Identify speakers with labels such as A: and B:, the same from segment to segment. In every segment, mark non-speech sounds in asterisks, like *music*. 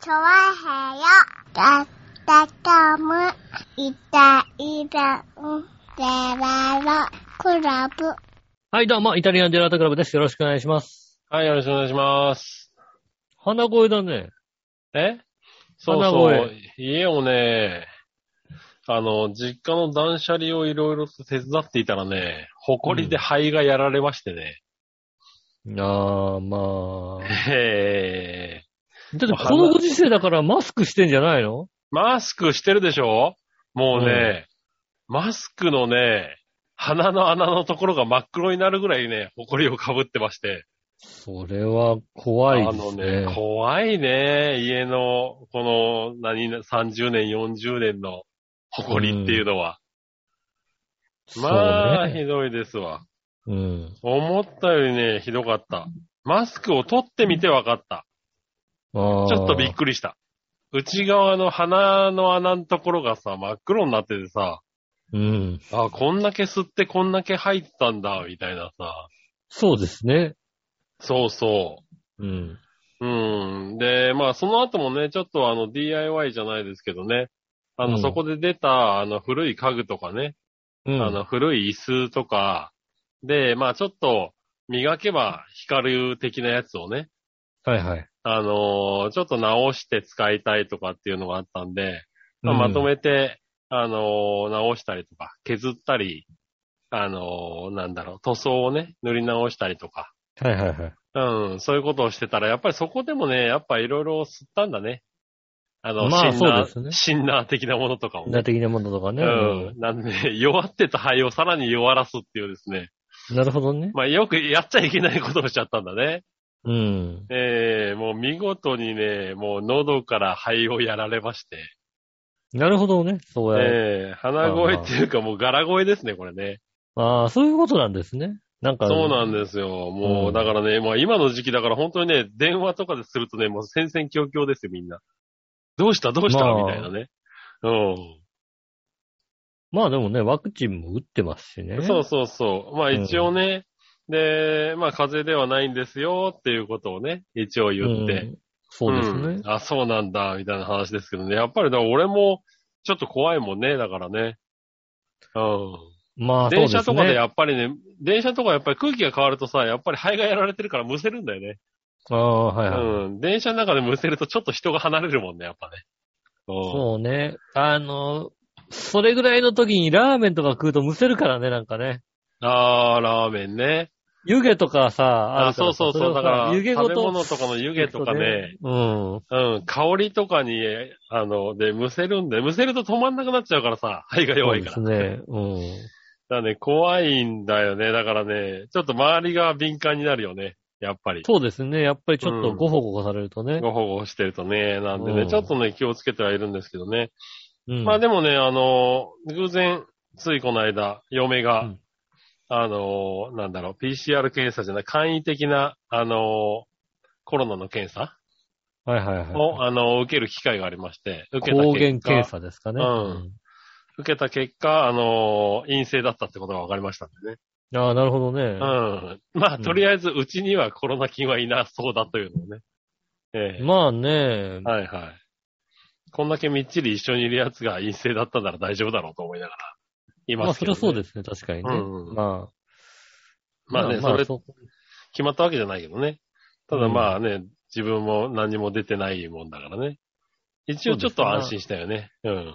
A: チョワヘヨだったかむいたいたんでららクラブ
B: はい、どうも、イタリアンジェラートクラブです。よろしくお願いします。
C: はい、よろしくお願いします。
B: 鼻声だね。
C: えそう
B: 花
C: そう
B: 声。
C: 家をね、あの、実家の断捨離をいろいろと手伝っていたらね、埃で肺がやられましてね。
B: あー、まあ。
C: へえ。
B: だってこのご時世だからマスクしてんじゃないの
C: マスクしてるでしょもうね、マスクのね、鼻の穴のところが真っ黒になるぐらいね、埃をかぶってまして。
B: それは怖いです
C: あの
B: ね。
C: ね、怖いね。家の、この、何、30年、40年の埃っていうのは。
B: そ
C: ま
B: う
C: あ、
B: ね。
C: ひどいですわ。
B: うん。
C: 思ったよりね、ひどかった。マスクを取ってみて分かった。
B: ち
C: ちょ
B: ょ
C: っとびっくりした。内側の鼻の穴のところがさ、真っ黒になっててさ、
B: うん。
C: あ、こんだけ吸ってこんだけ入ったんだ、みたいなさ。
B: そうですね。
C: そうそ
B: うん。
C: う。うん。で、まあ、その後もね、ちょっとあの、DIY じゃないですけどね。あ
B: う
C: の、
B: ん
C: そこで出た、あの、古い家具とかね。
B: うん。
C: あの、古い椅子とか、で、まあちょっと、磨けば光る的なやつをね、
B: はいはい。
C: あのーちょっと直して使いたいとかっていうのがあったんで、まあまとめて、あのー直したりとか、削ったり、あのーなんだろう、塗装をね、塗り直したりとか、
B: うん。はいはいはい。
C: うん、そういうことをしてたら、やっぱりそこでもね、やっぱいろいろ吸ったんだね。あの、
B: まあ
C: シンナ
B: そ
C: ー
B: うですね
C: シンナー的なものとかも
B: な
C: ね。
B: 的なものとか
C: う
B: ね。
C: ん。なんで、弱ってた肺をさらに弱らすっていうですね。
B: うんなるほどね。
C: *laughs* まあ、よくやっちゃいけないことをしちゃったんだね。
B: うん。
C: ええもう見事にね、もう喉から肺をやられまして。
B: なるほどね。そうや。
C: ええ鼻声っていうかもうガラ声ですね、これね。
B: ああ、そういうことなんですね。なんか。
C: そうなんですよ。も
B: う
C: う、
B: ん
C: だからね、まあ今の時期だから本当にね、電話とかでするとね、もう戦々恐々ですよ、みんな。どうしたどうした、
B: まあ
C: みたいなね。うん。
B: まあでもね、ワクチンも打ってますしね。
C: そうそうそう。まあ一応ね、で、まあ風邪ではないんですよっていうことをね、一応言って。
B: うんそうですね
C: ん。あ、そうなんだ、みたいな話ですけどね。やっぱり、だから俺も、ちょっと怖いもんね、だからね。う
B: まあ、
C: ん。電車とかでやっぱりね、電車とかやっぱり空気が変わるとさ、やっぱり肺がやられてるからむせるんだよね。
B: ああ、はいはい。
C: うん。電車の中でむせるとちょっと人が離れるもんね、やっぱね。うん。
B: そうね。あの、それぐらいの時にラーメンとか食うとむせるからね、なんかね。
C: あー、ラーメンね。
B: 湯気とかさ、
C: あ
B: るから
C: そうそうそう。
B: れ
C: だ
B: を
C: か
B: さ
C: ら、
B: 湯
C: 食べ
B: 気ごと。
C: 物とかの湯気とかね、。
B: うん。
C: うん、香りとかに、あの、で、むせるんで、むせると止まんなくなっちゃうからさ、肺が弱いから。
B: そうですね。うん。
C: だね、怖いんだよね。だからね、ちょっと周りが敏感になるよね。やっぱり。
B: そうですね。やっぱりちょっ
C: う
B: と
C: ん
B: ごほごほされるとね。
C: ご保護してるとね、なんで
B: う
C: ね、
B: ん
C: ちょっとね、気をつけてはいるんですけどね。
B: うん。
C: まあでもね、あの、偶然、ついこの間、嫁
B: う
C: が、
B: ん
C: あの、なんだろう、PCR 検査じゃない、簡易的な、あの、コロナの検査
B: はいはいはい。
C: を、あの、受ける機会がありまして、受けた結果、
B: 抗原検査ですかね。
C: うん受けた結果、あの、陰性だったってことが分かりましたんでね。
B: うん。ああ、なるほどね。
C: うん。まあ、
B: うん
C: とりあえず、うちにはコロナ菌はいなそうだというのをね。ええ
B: まあね。
C: はいはい。こんだけみっちり一緒にいるやつが陰性だったなら大丈夫だろうと思いながら、い
B: ま
C: ま
B: あ
C: す
B: そり
C: けど、
B: ゃ
C: ね。
B: そうですね。確かにね。
C: うんうん
B: まあ。
C: まあね、それ
B: そ
C: 決まったわけじゃないけどね。ただ
B: うん
C: まあね、自分も何も出てないもんだからね。一応ちょっと安心したよね。うん。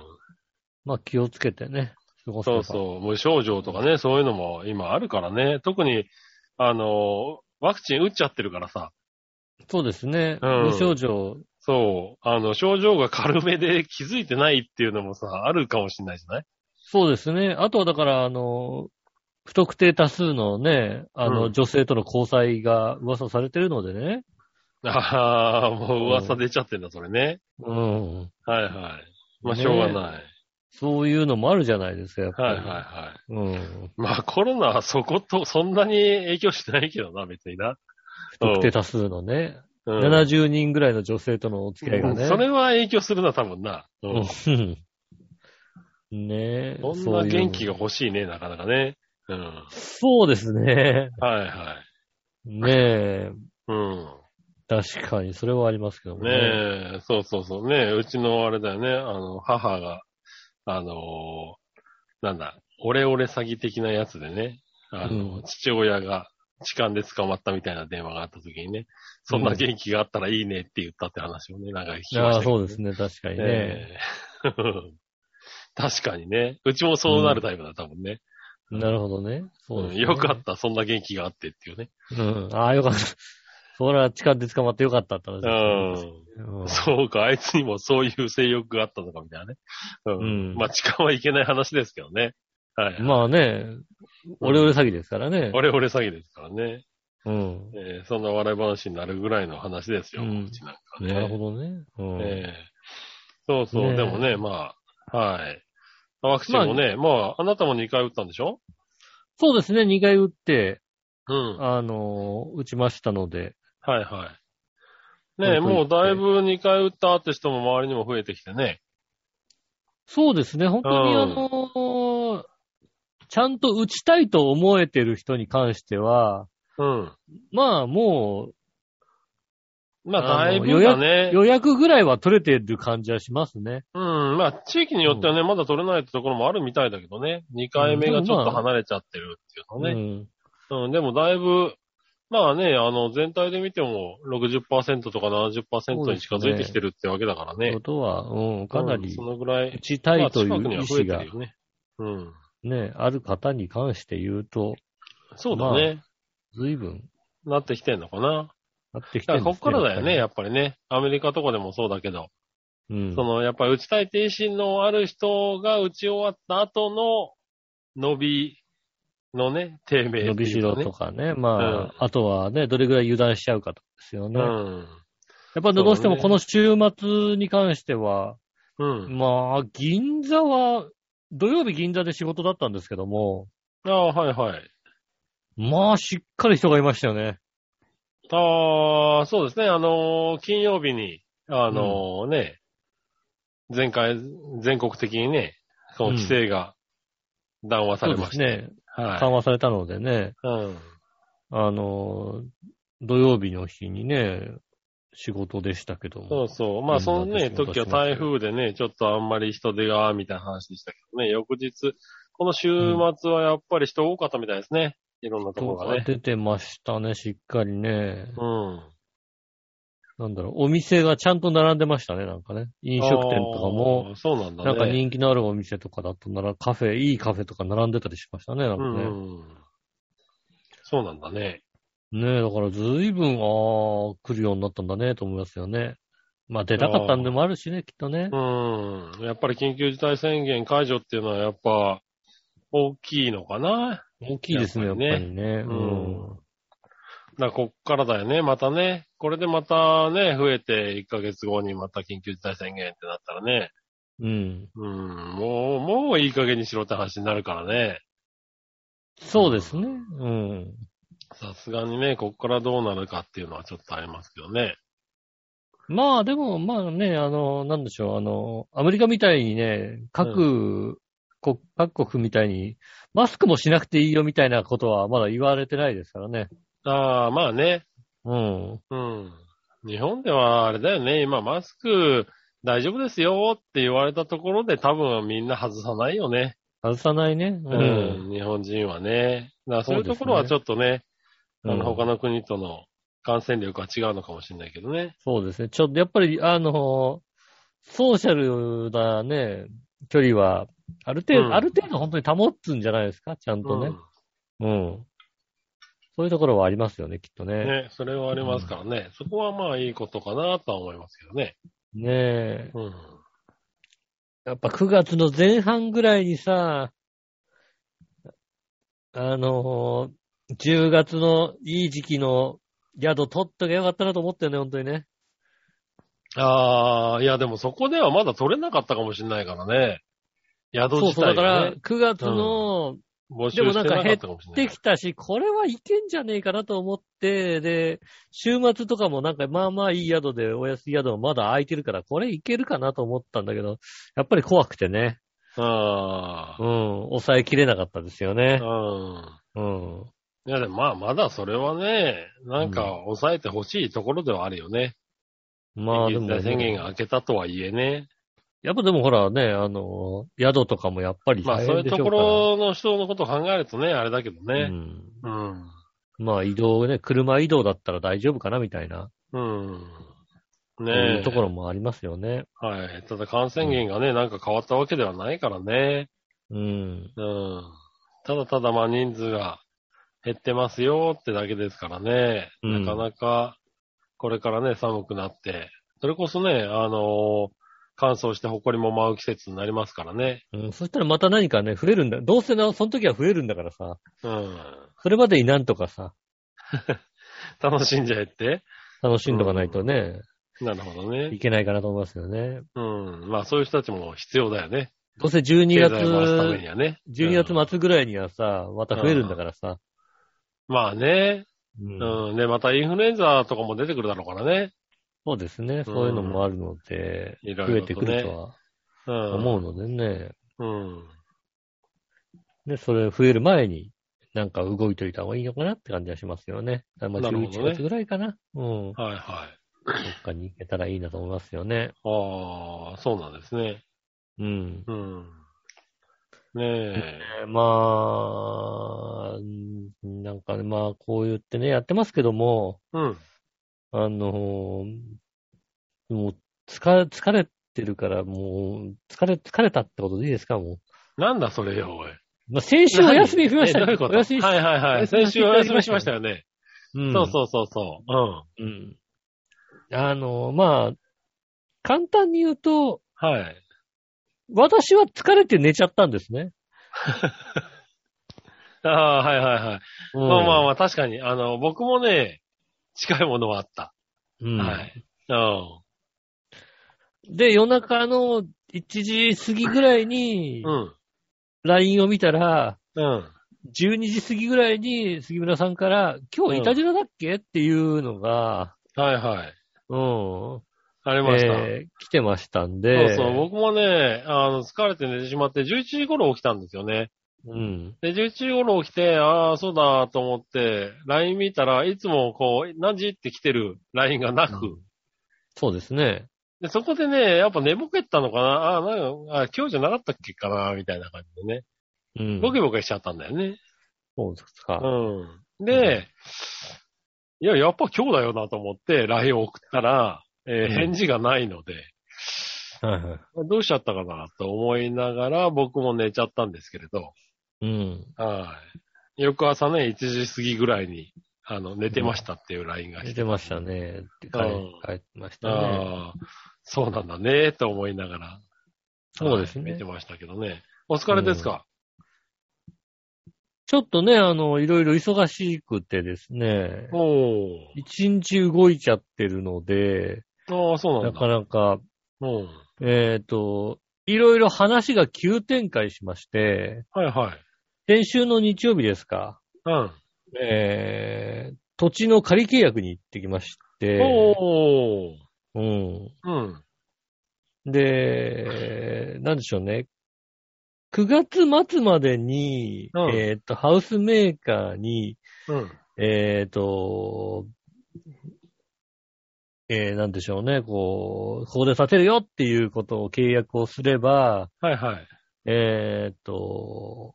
B: まあ気をつけてね。過ごせば
C: そうそう。無症状とかね、そういうのも今あるからね。特に、あの、ワクチン打っちゃってるからさ。
B: そうですね。
C: うん
B: 無症状。
C: そう。あの、症状が軽めで気づいてないっていうのもさ、あるかもしれないじゃない
B: そうですね。あとはだから、あの、不特定多数のね、あの、
C: うん
B: 女性との交際が噂されてるのでね。
C: ああ、もう噂出ちゃってんだ、それね。
B: うん。
C: はいはい。まあ、しょうがない。
B: そういうのもあるじゃないですか、やっぱ
C: はい
B: り。
C: はいは
B: う
C: い。
B: ん。
C: まあ、コロナはそこと、そんなに影響してないけどな、別にな。
B: 不特定多数のね、
C: うん
B: 70人ぐらいの女性とのお付き合いがね。
C: それは影響するな、多分な。うん
B: うん。 *laughs* ねえ。
C: そんな元気
B: が。
C: が欲しいね、なかなかね。うん。
B: そうですね。
C: はいはい。
B: ねえ。
C: うん。
B: 確かに、それはありますけどもね。
C: ねえ、そうそうそう。ねえ、うちのあれだよね、あの、母が、あの、なんだ、オレオレ詐欺的なやつでね、あの、
B: うん
C: 父親が痴漢で捕まったみたいな電話があった時にね、そんな元気があったらいいねって言ったって話をね、長い聞きま
B: あ
C: し
B: あ、
C: たけど
B: そうですね、確かにね。
C: え *laughs* え確かにね。うちもそうなるタイプだ、多分ね。
B: なるほどね。そうです、ね。
C: よかった、そんな元気があってっていうね。
B: た。うん。ああ、よかった。 *laughs* そら、痴漢で捕まってよかったって話
C: う
B: です
C: ん。
B: ね。うん
C: そうか、あいつにもそういう性欲があったのか、みたいなね。うん。
B: うん
C: まあ、痴漢はいけない話ですけどね。はい。
B: まあね、オレオレ詐欺ですからね。
C: 俺俺詐欺ですからね。
B: うん。
C: えーそんな笑い話になるぐらいの話ですよ、
B: う
C: うんちなんかね。
B: なるほどね。うん。
C: ええそうそう、
B: ねえ
C: でもね、まあ、はい。ワクチンもね、まあ、あなたも2回打ったんでしょ
B: そうですね、2回打って、
C: うん。
B: あのー打ちましたので。
C: はいはい。ねえ、も
B: 本
C: う
B: 当
C: だい
B: に
C: ぶ2回打ったって人も周りにも増えてきてね。
B: そうですね、本当に
C: うん
B: あのーちゃんと打ちたいと思えてる人に関しては、
C: うん。
B: まあも
C: まあ、
B: あの
C: だいぶだ
B: う
C: ね。
B: 予約ぐらいは取れてる感じはしますね。
C: うん。まあ、地域によってはね、まだ取れないってところもあるみたいだけどね。2回目がちょっと離れちゃってるっていうのね。うん。でもだいぶ、まあね、あの、全体で見ても60%とか70%に近づいてきてるってわけだから
B: うん。
C: ね。
B: ことは、うん、かな
C: うん
B: り
C: そのぐら
B: 打
C: い。
B: ちた
C: まあ
B: いとい
C: 近くに
B: う
C: は
B: 意
C: 増え
B: 思
C: て
B: が
C: るよね。うん。
B: ね、ある方に関して言うと、
C: そうだね。
B: 随分
C: なってきてんのかな。
B: なってきて
C: だか
B: るん
C: らこ
B: で
C: っ
B: す
C: からだよね、
B: や
C: や
B: っ
C: っぱりね。アメリカとかでもそうだけど。
B: ぱりうん。
C: その、やっぱり打ちたい停止のある人が打ち終わった後の伸びのね、低迷っていうかね。
B: 伸びしろとかね。まあ、
C: うん
B: あとはね、どれぐらい油断しちゃうかとかですよね。
C: う
B: やっ
C: ん。
B: ぱりどうしても
C: そうね
B: この週末に関しては、
C: うん。
B: まあ、銀座は、土曜日銀座で仕事だったんですけども、
C: ああ、はいはい。
B: まあ、しっかり人がいましたよね。
C: ああ、そうですね。あのー金曜日に、あのーね、前回、全国的にね、この規制が緩和さ
B: そう
C: れ
B: で
C: ま
B: す
C: した。
B: ね。緩
C: は
B: 和されたのでね、
C: い。うん。
B: あの、土曜日の日にね、仕事でしたけど
C: そ
B: も。
C: うそう。まあ、そのね、
B: みんなで仕事
C: 時
B: してま
C: は
B: す
C: 台
B: よ
C: 風でね、ちょっとあんまり人出が、みたいな話でしたけどね、翌日、この週末はやっぱり人多かったみたいですね。いろんなとこ
B: 人
C: ろが
B: が
C: ね。
B: 出てましたね、しっかりね。
C: うん。
B: なんだろう、お店がちゃんと並んでましたね、なんかね。飲食店とかも、
C: あー。そうなんだね。
B: なんか人気のあるお店とかだとなら、カフェ、いいカフェとか並んでたりしましたね、なん
C: う
B: かね。
C: ん、うん。そうなんだね。
B: ねえ、だから随分、ああ、来るようになったんだね、と思いますよね。まあ出たかったんでもあるしね、きっとね
C: う。ん。やっぱり緊急事態宣言解除っていうのはやっぱ、大きいのかな。
B: 大きいですね、
C: や
B: や
C: っ
B: っ
C: ぱ
B: ぱ
C: りね
B: りね。
C: うんだからこっからだよね、またね。これでまたね、増えて1ヶ月後にまた緊急事態宣言ってなったらね。
B: うん。うん。
C: うん、もう、もういい加減にしろって話になるからね。
B: そうですね。うん。
C: さすがにね、こっからどうなるかっていうのはちょっとありますけどね。
B: まあでも、まあね、あの、なんでしょう、あの、アメリカみたいにね、各国、各国みたいに、マスクもしなくていいよみたいなことはまだ言われてないですからね。
C: ああ、まあね。
B: うん。
C: うん。日本ではあれだよね、今マスク大丈夫ですよって言われたところで多分みんな外さないよね。
B: 外さないね。う。
C: うんん、日本人はね。だからそうい
B: そう
C: う
B: で
C: と
B: すね
C: ころはちょっとね、あ
B: うん
C: の他の国との感染力は違うのかもしれないけどね。
B: そうですね。ちょっとやっぱり、あの、ソーシャルなね、距離は、ある程度、
C: うん
B: ある程度本当に保つんじゃないですか、ちゃんとね。うん。そういうところはありますよね、きっと
C: うん。
B: ね。
C: ね、それはありますからね。そこはまあいいことかなとは思いますけどね。
B: ねえ。
C: うん。
B: やっぱ9月の前半ぐらいにさ、あのー10月のいい時期の宿取っとけばよかったなと思ったよね、本当にね。
C: ああ、いやでもそこではまだ取れなかったかもしれないからね。宿
B: そう
C: 自
B: そう、だ
C: 体
B: から
C: が、
B: 9月の、
C: 募集してなかったかもしれな
B: で
C: い。
B: きたし、これはいけんじゃねえかなと思って、で、週末とかもなんかまあまあいい宿で、お安い宿もまだ空いてるから、これいけるかなと思ったんだけど、やっぱり怖くてね、
C: あ
B: うん、抑えきれなかったですよね
C: あ、。うん。
B: うん。
C: いや、でもまあ、まだそれはね、なんか抑えてほしいところではあるよね。
B: まあで
C: 緊急
B: も、
C: 事態宣言が明けたとはいえね。
B: やっぱでもほらね、あの、宿とかもやっぱり
C: まあ、
B: 大
C: そうい
B: 変
C: う
B: でし
C: と
B: ょう
C: こ
B: から。
C: ろの人のことを考えるとね、あれだけどね。うん。
B: うん。まあ移動ね、車移動だったら大丈夫かなみたいな、
C: うん。
B: そ
C: ね
B: う
C: え。
B: いうところもありますよね。
C: はい。ただ感染源がね、なんか変わったわけではないからね。
B: うん。
C: うん。ただただまあ人数が減ってますよってだけですからね。
B: うん
C: なかなか、これからね、寒くなって。それこそね、あのー乾燥して埃も舞う季節になりますからね。
B: うん、そしたらまた何かね、増えるんだ。どうせな、その時は増えるんだからさ、
C: うん。
B: それまでになんとかさ、
C: 楽しんじゃえって。
B: 楽しんどかないとね、
C: なるほど
B: い
C: ね。
B: けないかなと思いますよね。
C: うん。まあそういう人たちも必要だよね。
B: どうせ12
C: 経済回すため
B: 月
C: に、はね。
B: 12
C: うん
B: 月末ぐらいにはさ、また増えるんだからさ。
C: まあね。
B: うん
C: うん。で、またインフルエンザとかも出てくるだろうからね。
B: そうですね。そういうのもあるので、
C: いろ
B: 増
C: い
B: え
C: ろ
B: て
C: と
B: くる
C: ね
B: とは
C: うん。
B: 思うのでね。
C: うん。
B: で、それ増える前に、なんか動いといた方がいいのかなって感じはしますよね。まあ
C: なるほどね
B: 11月ぐらいかな。うん。ど
C: はいはい。
B: っかに行けたらいいなと思いますよね。
C: ああ、そうなんですね。
B: うん。
C: うん。ね
B: えーまあ、うんなんかね、まあ、こう言ってね、やってますけども、
C: え。うん。
B: あのーもう、疲れ、疲れてるから、もう、疲れ、疲れたってことでいいですか、も
C: なんだそれよ、おい。
B: う。まあ、先週お休み増やした
C: え
B: よ
C: どういうこと
B: お休み、
C: はいはいは
B: お
C: い。
B: 休み
C: 先週お休みしましたよね。
B: うん
C: そうそうそうそう。うん。
B: うん。あの、まあ、簡単に言うと、
C: はい。
B: 私は疲れて寝ちゃったんですね。
C: ああ、はいはいはい。
B: うん
C: まあまあまあ、確かに、あの、僕もね、近いものはあった。
B: うん
C: はい。う
B: で、夜中の1時過ぎぐらいに
C: ん。う、ん。
B: LINE を見たら、
C: うん。
B: 12時過ぎぐらいに杉村さんから、今日いたじらだっけ、っていうのが、
C: はいはい。
B: うん、
C: ありました。
B: えー来てましたんで、
C: そうそう、僕もね、あの、疲れて寝てしまって、11時頃起きたんですよね。
B: うん。
C: で、11時頃起きて、ああ、そうだと思って、LINE 見たらいつもこう、何時って来てる LINE がなく、
B: そうですね。
C: で、そこでね、やっぱ寝ぼけてたのかなああ、なんか、あ今日じゃなかったっけかなみたいな感じでね。
B: うん。
C: ボケボケしちゃったんだよね。
B: そうですか。
C: うん。で、いや、やっぱ今日だよなと思って、LINE を送ったら、えー
B: うん
C: 返事がないので、
B: はいはい。
C: どうしちゃったかなと思いながら、僕も寝ちゃったんですけれど、
B: うん。
C: はい。翌朝ね、1時過ぎぐらいに、あの、寝てましたっていう LINE が来
B: 出
C: て。
B: てましたね。って書
C: うん
B: い書いてましたね。
C: ああ、そうなんだね、と思いながら。
B: そうですね
C: はい見てましたけどね。お疲れですか、
B: ちょっとね、あの、いろいろ忙しくてですね、
C: お
B: 一日動いちゃってるので、
C: お。ああ、そうな
B: なん
C: だ。
B: かなか、
C: うん。
B: えっ、と、いろいろ話が急展開しまして、
C: はいはい。
B: 先週の日曜日ですか、
C: うん。
B: えー、土地の仮契約に行ってきまして、
C: おお。
B: うん。
C: うん。
B: で、なんでしょうね。9月末までに、
C: うん
B: えっ、と、ハウスメーカーに、
C: うん。
B: えっ、と、えーなんでしょうね、こう、ここで建てるよっていうことを契約をすれば、
C: はいはい。
B: えっ、と、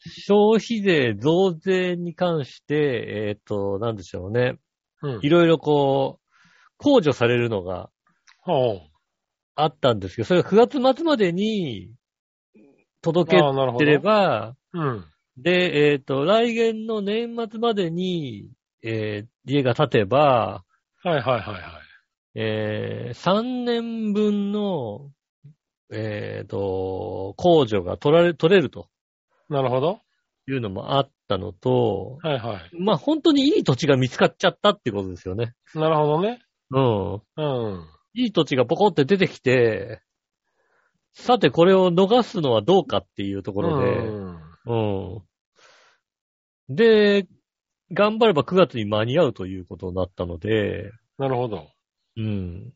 B: 消費税増税に関して、えっ、と、なんでしょうね、
C: うん
B: い。ろいろこう、控除されるのが
C: おう
B: あったんですけど、それが9月末までに届け
C: ああ、なるほ
B: て
C: ど。
B: れば、
C: うん。
B: で、えっ、と、来年の年末までに、えー家が建てば、
C: はいはいはいはい。
B: えー3年分の、えっ、と、控除が取られ、取れると
C: なるほど。
B: いうのもあったのと、
C: はいはい。
B: まあ本当にいい土地が見つかっちゃったってことですよね。
C: なるほどね。
B: うん。
C: うん。
B: いい土地がポコって出てきて、さてこれを逃すのはどうかっていうところで、
C: うん。
B: うん。で、頑張れば9月に間に合うということになったので、
C: なるほど。
B: うん。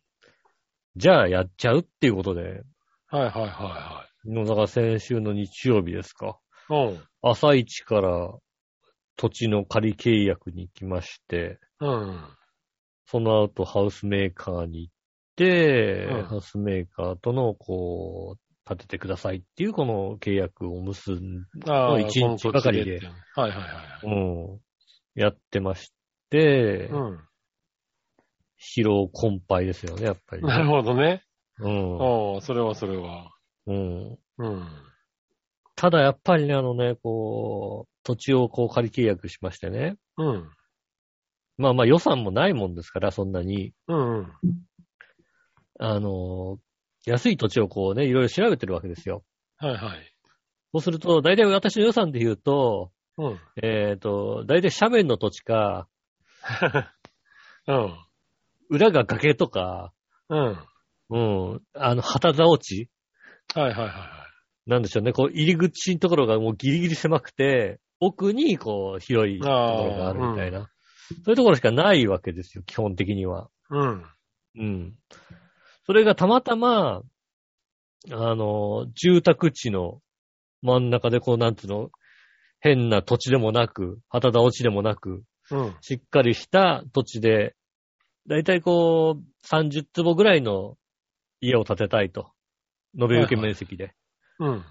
B: じゃあやっちゃうっていうことで、
C: はいはいは
B: のだから先週の日曜日ですか。
C: いはい。
B: 朝一から土地の仮契約に行きまして、
C: うん。
B: その後ハウスメーカーに行って、
C: うん
B: ハウスメーカーとの、こう、立ててくださいっていうこの契約を結ん、
C: ああ、
B: 一日
C: この土地
B: ばかりで
C: っていうはいはいはいはい。
B: うん、やってまして、
C: うん。
B: 疲労困憊ですよね、やっぱりね。
C: *laughs* なるほどね。
B: うん
C: おうそれはそれは。
B: うん
C: うん。
B: ただやっぱりね、あのね、こう、土地をこう仮契約しましてね。
C: うん。
B: まあまあ予算もないもんですから、そんなに。
C: うんうん。
B: あの、安い土地をこうね、いろいろ調べてるわけですよ。
C: はいはい。
B: そうすると、大体私の予算で言うと、
C: うん。
B: えっ、と、大体斜面の土地か、
C: うん。
B: 裏が崖とか、
C: うん。はい
B: うん、あの、旗竿地
C: はいはいは
B: なんでしょうね。こう、入り口のところがもうギリギリ狭くて、奥にこう、広いところがあるみたいな。そういうところしかないわけですよ、基本的には。
C: い。うん。
B: うん。それがたまたま、あの、住宅地の真ん中で、こう、なんつうの、変な土地でもなく、旗倒地でもなく、
C: うん。
B: しっかりした土地で、だいたいこう、30坪ぐらいの家を建てたいと。延べ受け面積で。
C: うん。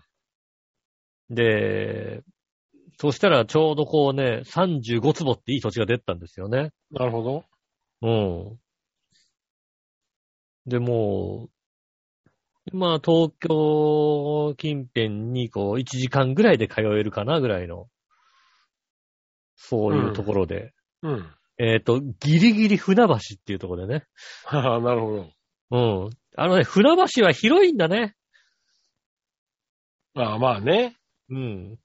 B: で、そしたらちょうどこうね、35坪っていい土地が出てたんですよね。
C: なるほど。
B: うん。で、もう、まあ、東京近辺に、こう、1時間ぐらいで通えるかな、ぐらいの、そういうところで。
C: うん。 *laughs*
B: えっ、と、ギリギリ船橋っていうところでね。
C: はは、なるほど。
B: うん。あのね、船橋は広いんだね。
C: ああ、まあね。
B: うん。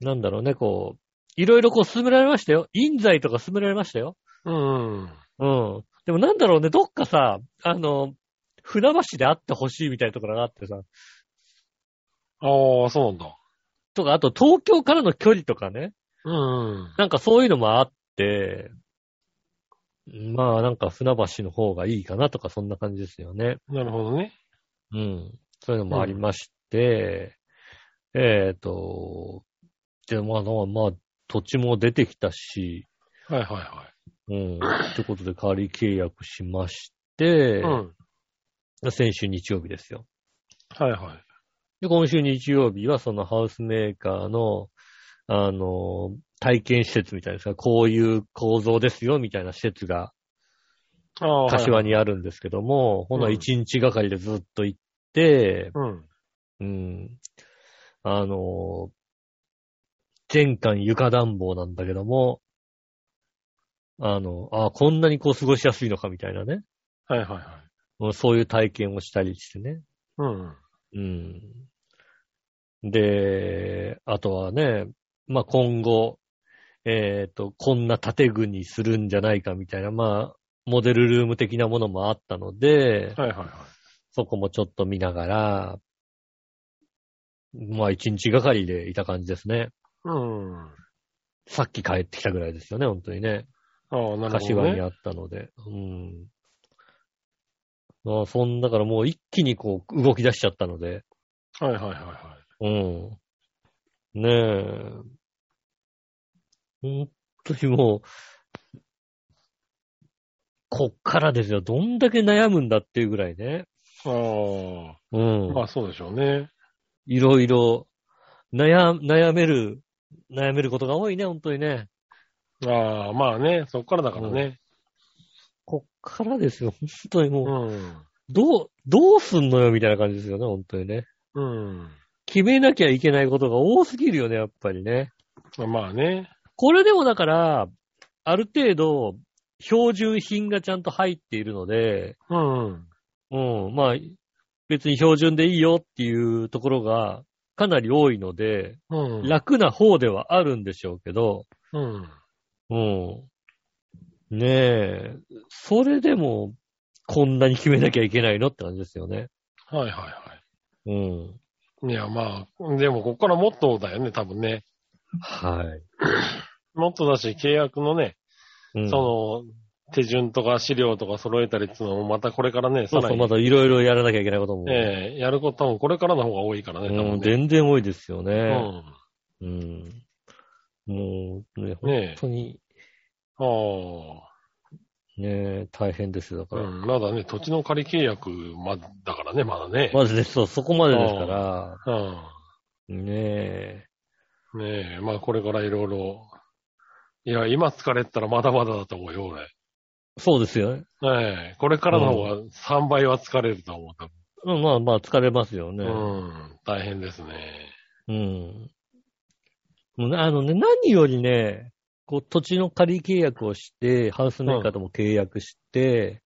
B: なんだろうね、こう、いろいろこう進められましたよ。印材とか進められましたよ。
C: うんう
B: う
C: ん。
B: ん。でもなんだろうね、どっかさ、あの、船橋であってほしいみたいなところがあってさ、
C: ああ、そうなんだ。
B: とか、あと東京からの距離とかね、
C: うんうん。
B: なんかそういうのもあって、まあなんか船橋の方がいいかなとかそんな感じですよね。
C: なるほどね。
B: うん。そういうのもありまして、えっ、と、で、まあまあ、まあ、土地も出てきたし、
C: はいはいは
B: うん。ということで仮契約しまして
C: い。、うん。
B: 先週日曜日ですよ。
C: はいはい。
B: で、今週日曜日はそのハウスメーカーの、あの、体験施設みたいですが、こういう構造ですよ、みたいな施設が
C: ああ。はい
B: 柏にあるんですけども、ほな
C: うん
B: 一日がかりでずっと行って、
C: うん。
B: うん。あの、全館床暖房なんだけども、あの、あこんなにこう過ごしやすいのかみたいなね、
C: はいはいはい。
B: うんそういう体験をしたりしてね。
C: うん。
B: うん。で、あとはね、まあ、今後、えっ、と、こんな建具にするんじゃないかみたいな、まあ、モデルルーム的なものもあったので、
C: はいはいはい。
B: そこもちょっと見ながら、まあ、一日がかりでいた感じですね。
C: うん。あ
B: さっき帰ってきたぐらいですよね、本当にね。
C: あ、なるほど
B: 柏に
C: ね。
B: あったので。うん。まあ、そんだからもう一気にこう、動き出しちゃったので、
C: はいはいはいは
B: うん。ねえ。本当にもう、こっからですよ。どんだけ悩むんだっていうぐらいね。
C: い。あ
B: う
C: あ。
B: ん。
C: まあそうでしょうね。
B: いろいろ悩、悩める、悩めることが多いね、本当にね。
C: ああ、まあね。そっからだからね。
B: こっからですよ。本当に
C: う
B: もう、
C: ん。
B: どう、どうすんのよ、みたいな感じですよね、本当にね。
C: うん。
B: 決めなきゃいけないことが多すぎるよね、やっぱりね。
C: まあね。
B: これでもだから、ある程度、標準品がちゃんと入っているので、
C: うん。
B: うん、まあ、別に標準でいいよっていうところがかなり多いので、
C: うん。
B: 楽な方ではあるんでしょうけど、
C: うん。
B: うん。ねえ、それでも、こんなに決めなきゃいけないのって感じですよね。
C: はいはいは
B: うん。
C: い。いや、まあ、でもこっからもっとだよね、多分ね。
B: はい。
C: もっとだし、契約のね、
B: うん、
C: その、手順とか資料とか揃えたりっていうのも、またこれからね、
B: そ
C: さ
B: う
C: ら
B: そう、
C: に、
B: まだいろいろやらなきゃいけないことも。
C: ええやることもこれからの方が多いからね、多
B: うん、
C: 分ね。
B: 全然多いですよね。う
C: うん。
B: ん。もうね、
C: ねえ
B: 本当に
C: ああ。
B: ね、大変ですよ。だか
C: う
B: ら。
C: ん、まだね、土地の仮契約、ま、だからね、まだね。
B: まずね、そう、そこまでですから、
C: う
B: ねえ。
C: ん。ねえ、まあこれからいろいろ。いや、今疲れてたらまだまだだと思うよ、俺。
B: そうですよね。
C: ええ、これからの方が3倍は疲れると思う。多
B: うんまあまあ、疲れますよね。
C: 分うん、大変ですね。
B: うん。もうね、あのね、何よりね、こう、土地の仮契約をして、ハウスメーカーとも契約して、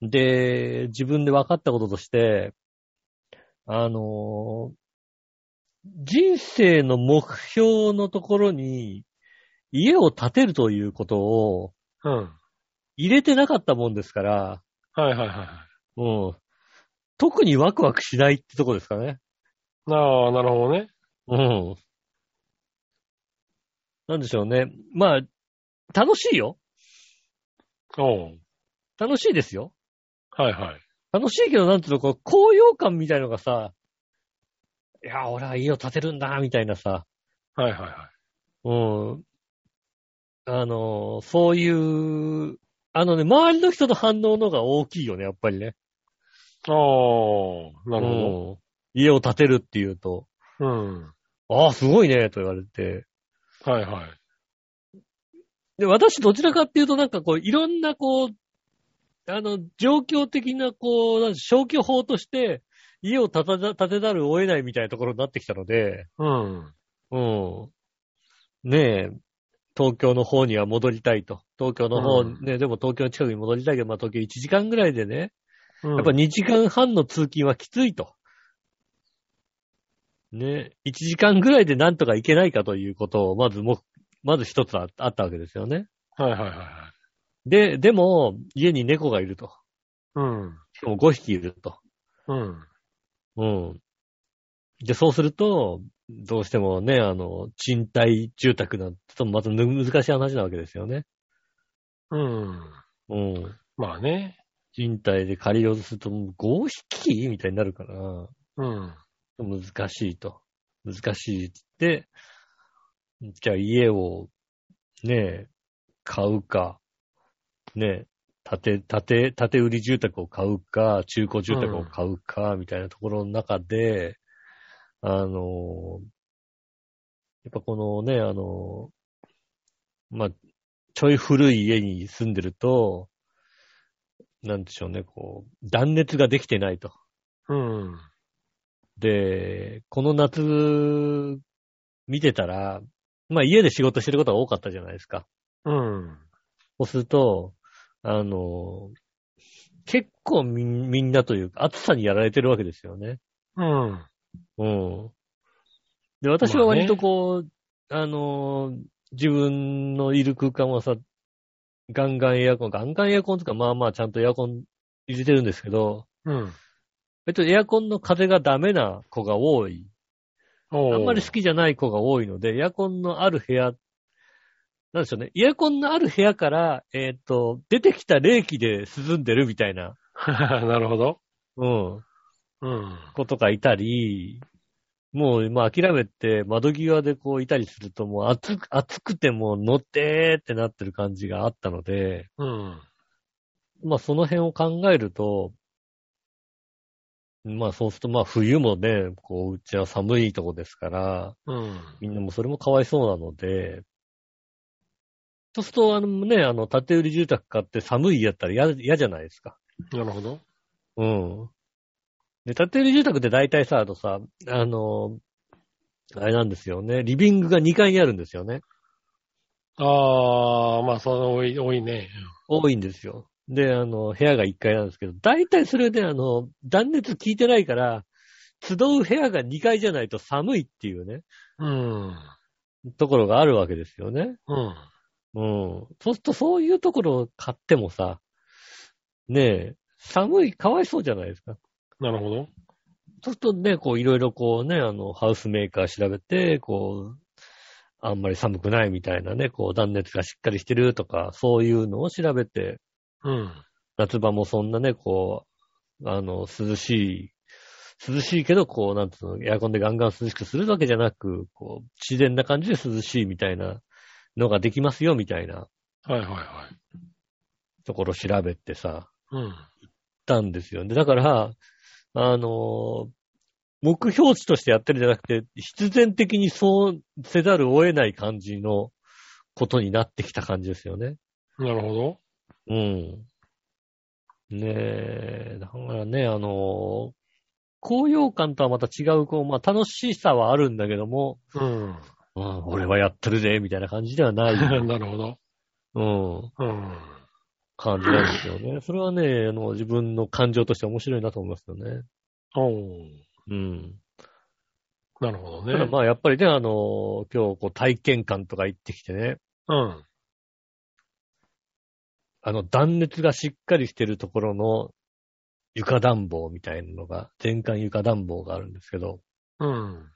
C: うん。
B: で、自分で分かったこととして、あのー人生の目標のところに、家を建てるということを
C: うん。
B: 入れてなかったもんですから、
C: はいはいはいはい。
B: うん。特にワクワクしないってとこですかね。
C: ああ、なるほどね。
B: うん。なんでしょうね。まあ、楽しいよ。
C: おう。
B: 楽しいですよ。
C: はいはい。
B: 楽しいけど、なんていうの、こう、高揚感みたいのがさ、いや、俺は家を建てるんだ、みたいなさ、
C: はいはいは
B: うん。あの、そういう、あのね、周りの人の反応の方が大きいよね、やっぱりね。
C: い。おう。なる
B: う
C: ほ
B: ん家を建てるっていうと、
C: ど。うん。
B: ああ、すごいね、と言われて。
C: はいはい。
B: で、私どちらかっていうとなんかこう、いろんなこう、あの、状況的なこう、なん消去法として、家を建てざ建てざるを得ないみたいなところになってきたので、
C: うん。
B: うん。ねえ、東京の方には戻りたいと。東京の方、
C: うん
B: ね、でも東京の近くに戻りたいけど、まあ東京1時間ぐらいでね、
C: うん
B: やっぱ2時間半の通勤はきついと。ね、1時間ぐらいでなんとか行けないかということを、まずも、まず一つああったわけですよね。
C: はいはいはいはい。
B: で、でも、家に猫がいると。
C: うん。
B: しかも5匹いると。
C: うん。
B: うん。で、そうすると、どうしてもね、あの、賃貸住宅なんて、ちょっとまたぬ難しい話なわけですよね。
C: うん。
B: うん。
C: まあね。
B: 賃貸で借りようとすると、5匹みたいになるから、
C: うん。
B: 難しいと。難しいって、じゃあ家を、ねえ、買うか、ねえ、建て、建て、建て売り住宅を買うか、中古住宅を買うか、みたいなところの中で、あの、やっぱこのね、あの、まあ、ちょい古い家に住んでると、なんでしょうね、こう、断熱ができてないと。
C: うん。
B: で、この夏、見てたら、まあ家で仕事してることが多かったじゃないですか。
C: うん。
B: そうすると、あの、結構みんみんなというか、暑さにやられてるわけですよね。
C: うん。
B: うん。で、私は割とこう、あの、自分のいる空間はさ、ガンガンエアコン、ガンガンエアコンとか、まあまあちゃんとエアコン入れてるんですけど、
C: うん。
B: えっと、エアコンの風がダメな子が多い
C: おう
B: あんまり好きじゃない子が多いので、エアコンのある部屋、なんでしょうね。エアコンのある部屋から、えっ、と、出てきた冷気で涼んでるみたいな、
C: *laughs* なるほど。
B: うん、
C: うん。
B: 子とかいたり、もう、まあ諦めて窓際でこういたりすると、もう暑く、暑くてもう乗ってーってなってる感じがあったので、
C: うん。
B: まあその辺を考えると、まあそうすると、まあ冬もね、こう、うちは寒いとこですから、
C: うん。
B: みんなもうそれもかわいそうなので、そうすると、あのね、あの、建て売り住宅買って寒い家やったら嫌嫌じゃないですか。
C: なるほど。
B: うん。で、建て売り住宅って大体さ、あとさ、あの、あれなんですよね。リビングが2階にあるんですよね。
C: ああ、まあ、その多い、多いね。
B: 多いんですよ。で、あの、部屋が1階なんですけど、大体それで、あの、断熱効いてないから、集う部屋が2階じゃないと寒いっていうね、
C: うん。
B: ところがあるわけですよね。
C: うん。
B: うん。そうするとそういうところを買ってもさ、ねえ、寒い、かわいそうじゃないですか。
C: なるほど。
B: そうするとね、こういろいろこうね、あの、ハウスメーカー調べて、こう、あんまり寒くないみたいなね、こう断熱がしっかりしてるとか、そういうのを調べて、
C: うん。
B: 夏場もそんなね、こう、あの、涼しい、涼しいけど、こう、なんつうの、エアコンでガンガン涼しくするわけじゃなく、こう、自然な感じで涼しいみたいなのができますよ、みたいな
C: はいはいはい。
B: ところを調べてさ、
C: うん。
B: ったんですよ。で、だから、あのー目標値としてやってるんじゃなくて、必然的にそうせざるを得ない感じのことになってきた感じですよね。
C: なるほど。
B: うん。ねえ、だからね、あのー高揚感とはまた違う、こう、まあ楽しさはあるんだけども、
C: うん。
B: うん、俺はやってるぜ、みたいな感じでは
C: *laughs*
B: ない、
C: なるほど。
B: うん、
C: うん。
B: 感じなんですよね。それはね、あの、自分の感情として面白いなと思いますよね。
C: おー
B: うん。
C: なるほど
B: ただ
C: ね。
B: まあやっぱりね、あの、今日こう体験館とか行ってきてね、
C: うん。
B: あの断熱がしっかりしてるところの床暖房みたいなのが、全館床暖房があるんですけど、
C: うん。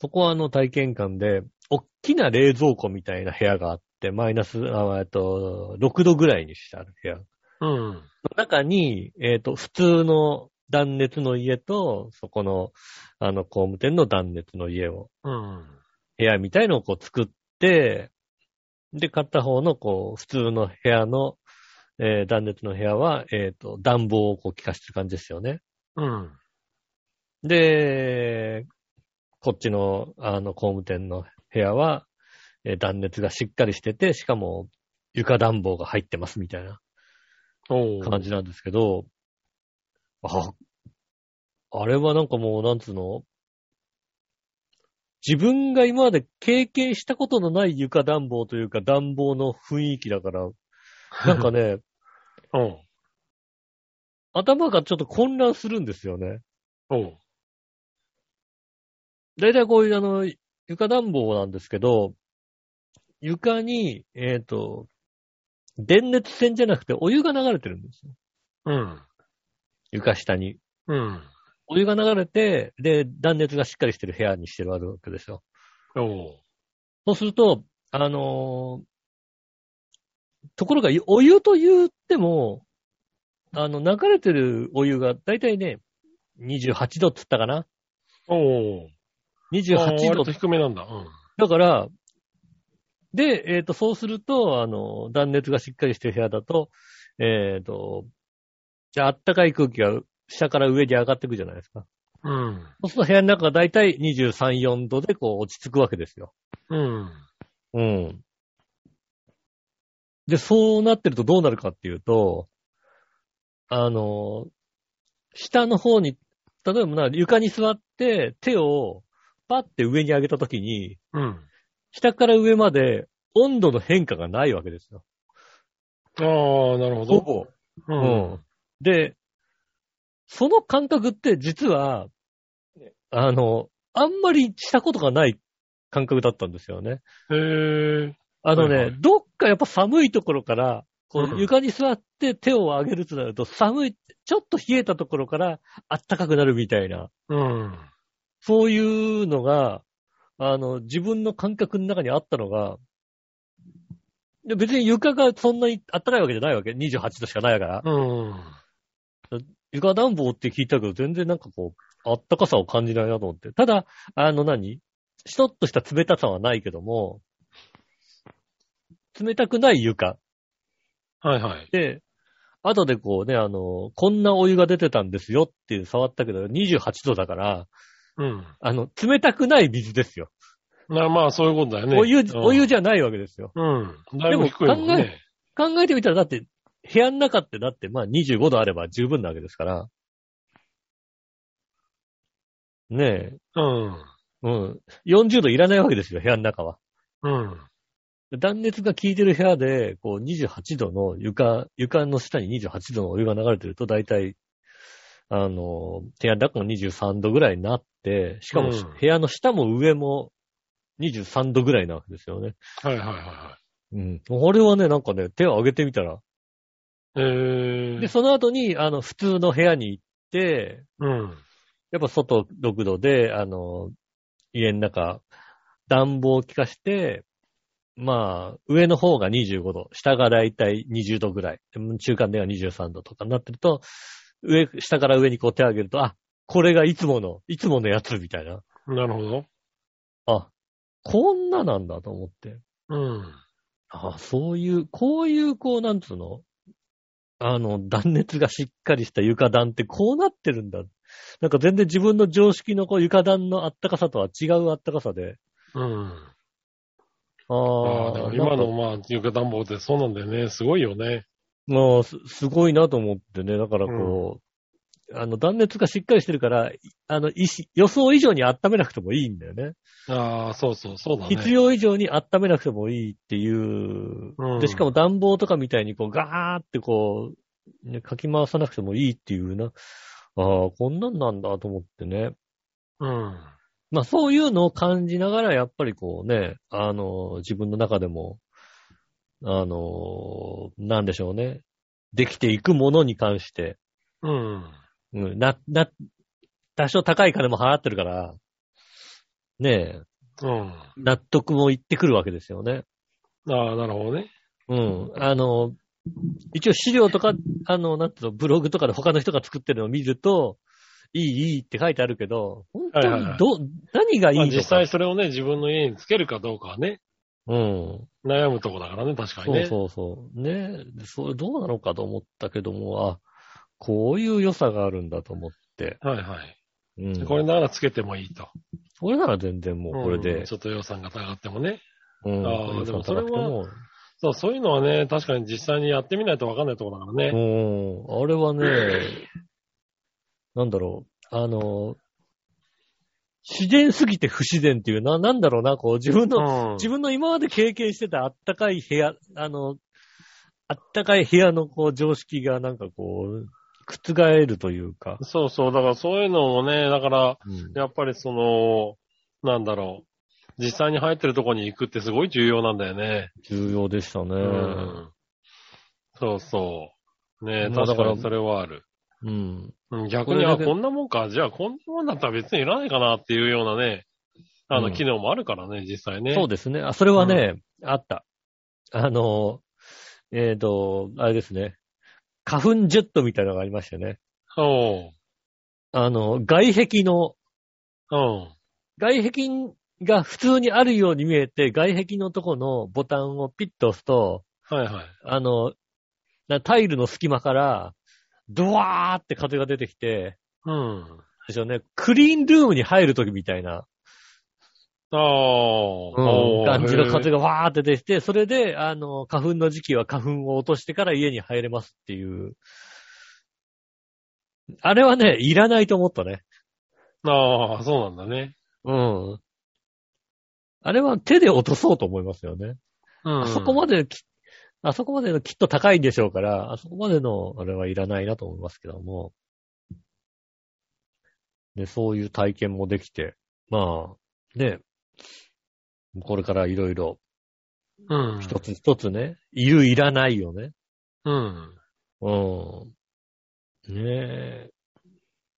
B: そこはあの体験館で、大きな冷蔵庫みたいな部屋があって、マイナス、あえっと、6度ぐらいにしてある部屋。
C: うん。
B: 中に、えっ、と、普通の断熱の家と、そこの、あの、工務店の断熱の家を
C: うん。
B: 部屋みたいのをこう作って、で、片方のこう、普通の部屋の、えー断熱の部屋は、えっ、と、暖房をこう効かしてる感じですよね。
C: うん。
B: で、こっちの、あの、工務店の部屋は、えー断熱がしっかりしてて、しかも床暖房が入ってますみたいな
C: おー
B: 感じなんですけど、あ、あれはなんかもう、なんつうの自分が今まで経験したことのない床暖房というか暖房の雰囲気だから、なんかね、
C: おう
B: 頭がちょっと混乱するんですよね。
C: おう
B: だいたいこういうあの、床暖房なんですけど、床に、えっ、と、電熱線じゃなくてお湯が流れてるんですよ。
C: うん。
B: 床下に。
C: うん。
B: お湯が流れて、で、断熱がしっかりしてる部屋にしてるわけですよ。
C: おう
B: そうすると、あのーところが、お湯と言っても、あの、流れてるお湯が、だいたいね、28度っつったかな
C: おう
B: ?28 度
C: 割と。低めなんだ。うん。
B: だから、で、えっ、と、そうすると、あの、断熱がしっかりしてる部屋だと、えっ、と、じゃあ、あったかい空気が下から上に上がってくるじゃないですか。
C: うん。
B: そうすると部屋の中がだいたい23、4度でこう落ち着くわけですよ。
C: うん。
B: うん。で、そうなってるとどうなるかっていうと、あの、下の方に、例えばな床に座って手をパッて上に上げたときに、
C: うん。
B: 下から上まで温度の変化がないわけですよ。
C: ああ、なるほど。
B: ぼ。
C: う。
B: うんん。で、その感覚って実は、あの、あんまりしたことがない感覚だったんですよね。
C: へえ。
B: あのね、
C: はいはい
B: どっかやっぱ寒いところから、こ
C: うん
B: う床に座って手を上げるとなると、寒い、ちょっと冷えたところからあったかくなるみたいな、
C: うん。
B: そういうのが、あの、自分の感覚の中にあったのが、で別に床がそんなにあったかいわけじゃないわけ。28度しかないから。
C: うん。
B: 床暖房って聞いたけど、全然なんかこう、あったかさを感じないなと思って。ただ、あの何しとっとした冷たさはないけども、冷たくない床。
C: はいはい。
B: で、後でこうね、あの、こんなお湯が出てたんですよっていう触ったけど、28度だから、
C: うん。
B: あの、冷たくない水ですよ。
C: なまあ、そういうことだよね。
B: お湯、お湯
C: じ
B: じゃないわけですよ。
C: ゃ。うん。だいぶ低いも
B: で
C: ん
B: も
C: ね。
B: 考えてみたら、だって、部屋の中ってだって、まあ25度あれば十分なわけですから。ねえ、
C: うん。
B: うん。40度いらないわけですよ、部屋の中は。
C: うん。
B: 断熱が効いてる部屋で、こう28度の床、床の下に28度のお湯が流れてると、大体、あの、部屋の中が23度ぐらいになって、しかも
C: うん
B: 部屋の下も上も23度ぐらいなわけですよね。
C: はいはいはいは
B: うん。これはね、なんかね、手を上げてみたら。
C: い。へえ。
B: で、その後に、あの、普通の部屋に行って、
C: うん。
B: やっぱ外6度で、あの、家の中、暖房を効かして、まあ、上の方が25度、下がだいたい20度ぐらい、で中間では23度とかになってると、上、下から上にこう手を上げると、あ、これがいつもの、いつものやつみたいな。
C: なるほど。
B: あ、こんななんだと思って。
C: うん。
B: あ、そういう、こういう、こう、なんつうの、あの、断熱がしっかりした床暖ってこうなってるんだ。なんか全然自分の常識のこう床暖のあったかさとは違うあったかさで。
C: うん。ああ、だ
B: あ
C: か
B: あ、
C: ら今
B: なん
C: の
B: か
C: まあ、床暖房ってそうなんだよね。すごいよね。
B: もうす、すごいなと思ってね。だからこう、あの、断熱がしっかりしてるから、いあの、いし予想以上に温めなくてもいいんだよね。
C: ああ、そうそう、そうだね。
B: 必要以上に温めなくてもいいっていう。
C: うん
B: で、しかも暖房とかみたいにこうガーってこう、ね、かき回さなくてもいいっていうな。ああ、こんなんなんだと思ってね。
C: うん。
B: まあそういうのを感じながらやっぱりこうね、あの、自分の中でも、あの、なんでしょうね。できていくものに関して、
C: うん。
B: うん、な、な、多少高い金も払ってるから、ねえ、
C: うん。
B: 納得もいってくるわけですよね。
C: ああ、なるほどね。
B: うん。あの、一応資料とか、あの、なんていうの、ブログとかで他の人が作ってるのを見ると、いい、いいって書いてあるけど、本当
C: はいはいは
B: に
C: い
B: ど、何がいい
C: まあ、
B: の
C: 実
B: か。
C: 際それをね、自分の家につけるかどうかはね、
B: うん。
C: 悩むとこだからね、確かに
B: そう
C: ね。
B: そうそう。ね。それどうなのかと思ったけども、あ、こういう良さがあるんだと思って。
C: はいはい。
B: うん。
C: これならつけてもいいと。
B: これなら全然もうこれ
C: うん
B: で。
C: ちょっと予算が上がってもね。
B: うん。
C: あー
B: こ
C: でも
B: 良さなくても
C: そう、そういうのはね、確かに実際にやってみないとわかんないところだから
B: う
C: ね。
B: ん。あれはね、なんだろう、あの、自然すぎて不自然っていうな、なんだろうな、こう自分の、
C: うん
B: 自分の今まで経験してたあったかい部屋、あの、あったかい部屋のこう常識がなんかこう、覆るというか。
C: そうそう、だからそういうのをね、だから、
B: うん
C: やっぱりその、なんだろう。実際に入ってるとこに行くってすごい重要なんだよね。
B: 重要でしたね。
C: う
B: うん。
C: ん。そうそう。ね
B: まあ
C: 確
B: だ
C: か
B: か
C: に
B: ら
C: それはある。うん逆
B: こ
C: に、
B: れだ
C: あ、
B: け
C: こんなもんか。じゃあ、こんなもんだったら別にいらないかなっていうようなね、あ
B: う
C: の、
B: ん
C: 機能もあるからね、実際ね。
B: そうですね。あ、それはね、あった。あの、えっ、と、あれですね。花粉ジェットみたいなのがありましたよね。
C: そ
B: あの、外壁の、
C: う。うん。
B: 外壁が普通にあるように見えて、外壁のとこのボタンをピッと押すと、
C: はいはい。
B: あの、なタイルの隙間から、ドワーって風が出てきて、
C: うん。
B: でしょうね、クリーンルームに入るときみたいな、
C: あ
B: う
C: あ、
B: ん
C: おー
B: 感じの風
C: へ
B: がわーって出てきて、それで、あの、花粉の時期は花粉を落としてから家に入れますっていう。あれはね、いらないと思ったね。
C: えああ、そうなんだね。
B: うん。あれは手で落とそうと思いますよね。
C: うん。
B: あそこまでき、あそこまでのきっと高いんでしょうから、あそこまでのあれはいらないなと思いますけども。で、そういう体験もできて、まあ、ね、これからいろいろ
C: うん。
B: 一つ一つね、いるいらないよね。
C: うん。
B: うん。ねえ、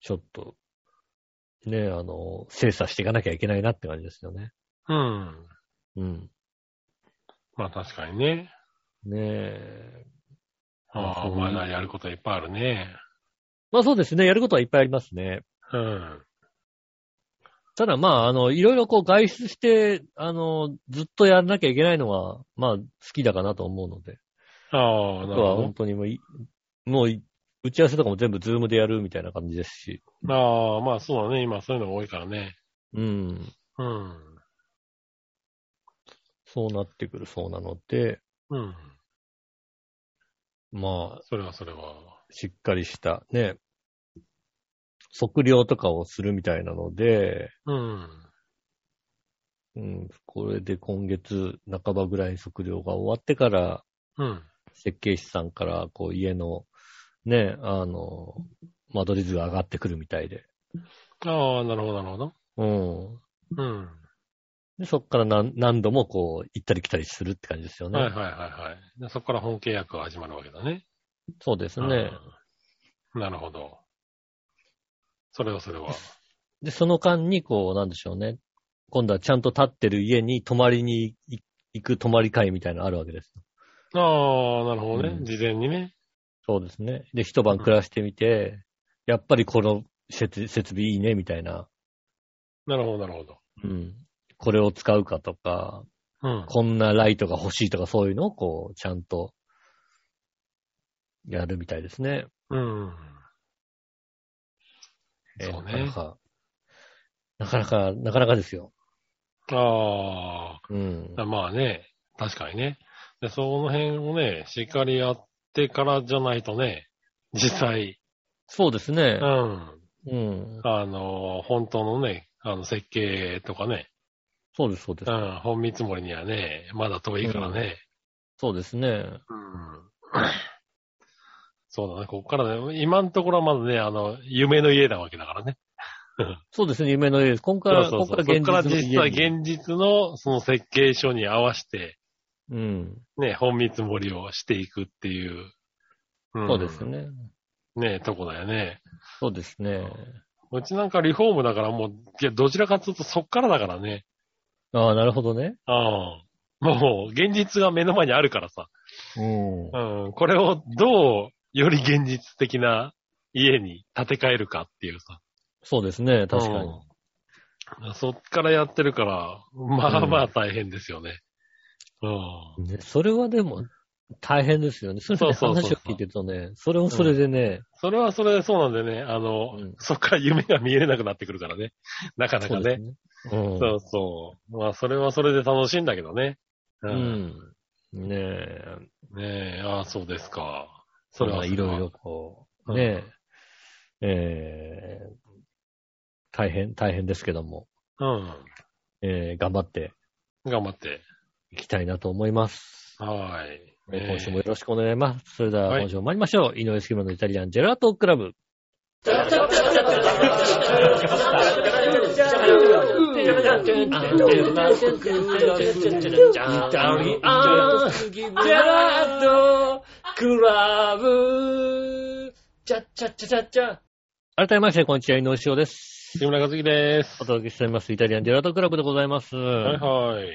B: ちょっと、ねえ、あの、精査していかなきゃいけないなって感じですよね。
C: うん。
B: うん。
C: まあ確かにね。
B: ねえ。
C: ああ、
B: そう
C: まだやることはいっぱいあるね。
B: まあそうですね。やることはいっぱいありますね。
C: うん。
B: ただまあ、あの、いろいろこう外出して、あの、ずっとやらなきゃいけないのは、まあ好きだかなと思うので。
C: ああ、
B: あと
C: なる
B: は
C: ほ
B: 本当にもうい、もうい打ち合わせとかも全部ズームでやるみたいな感じですし。
C: ど。ああ、まあそうだね。今そういうのが多いからね。
B: うん。
C: うん。
B: そうなってくるそうなので、
C: うん。
B: まあ、
C: それはそれは。
B: しっかりした、ね、測量とかをするみたいなので、
C: うん。
B: うん、これで今月半ばぐらいに測量が終わってから、
C: うん。
B: 設計士さんから、こう、家の、ね、あの、間取り図が上がってくるみたいで。
C: ああ、なるほど、なるほど。
B: うん。
C: うん。
B: で、そっから何何度もこう、行ったり来たりするって感じですよね。
C: はいはいはいはい。でそこから本契約が始まるわけだね。
B: そうですね。
C: うん。なるほど。それはそ
B: *laughs*
C: れは。
B: で、その間に、こう、なんでしょうね。今度はちゃんと立ってる家に泊まりにい行く泊まり会みたいなのあるわけです。
C: ああ、なるほどね。
B: うん
C: 事前にね。
B: そうですね。で、一晩暮らしてみて、やっぱりこの設設備いいね、みたいな。
C: なるほど、なるほど。
B: うん。これを使うかとか、
C: うん。
B: こんなライトが欲しいとかそういうのをこう、ちゃんと、やるみたいですね。
C: うん。
B: えー
C: そう
B: なか
C: ね
B: な。か、なかなか、なかなかですよ。
C: あ
B: うん。
C: あ、まあね、確かにね。で、その辺をね、しっかりやってからじゃないとね、実際、
B: そうですね
C: う。ん。
B: うん。
C: あの、本当のね、あの、設計とかね、
B: そうです、そうで
C: う
B: す。
C: ん、本見積もりにはね、まだ遠いからね。
B: そうですね。
C: うん。そうだね、こっからね、今のところはまだね、あの、夢の家なわけだからね。
B: そうですね、夢の家です。今から、
C: そうそうそう。そ
B: こ
C: っ
B: こからら
C: か
B: 現実の
C: 実際
B: 家に
C: 現実のその設計書に合わせて、
B: うん。
C: ね、本見積もりをしていくっていう。うん
B: そうです。ね。
C: ね、とこだよね。
B: そうですね。
C: うちなんかリフォームだからもう、いや、どちらかというとそっからだからね。
B: ああ、なるほどね。
C: うん。もう、現実が目の前にあるからさ。
B: うん。
C: うん。これをどう、より現実的な家に建て替えるかっていうさ。
B: そうですね、確かに。
C: うん。そっからやってるから、まあ
B: うん
C: まあ大変ですよね。うん。
B: ね、それはでも、大変ですよね。それ
C: そう
B: で
C: そうそう
B: 話を聞いてるとね、それもそれでね、
C: それはそれでそうなんでね、あの、
B: うん
C: そっから夢が見えれなくなってくるからね。なかな
B: そ
C: か
B: うです
C: ね。
B: ね。うん。
C: そうそう。まあ、それはそれで楽しいんだけどね。う
B: うん。ねえ。
C: ねえ、ああ、そうですか。そ
B: そ
C: れ
B: れ
C: は
B: は
C: それ
B: い
C: は
B: ろいろ。こう、
C: うん
B: ねえ、えー大変、大変ですけども、
C: うん。
B: えー頑張って
C: 頑張って。
B: いきたいなと思います。
C: はーい。
B: えー今週も
C: ね
B: よろしくお願いします。それでは
C: はい
B: 今週も参りましょう。井上杉村のイタリアンジェラートクラブ。改めまして、こんにちは、井上潮です。
C: 木村和樹です。
B: お届けしております、イタリアンジェラートクラブでございます。
C: はいはい。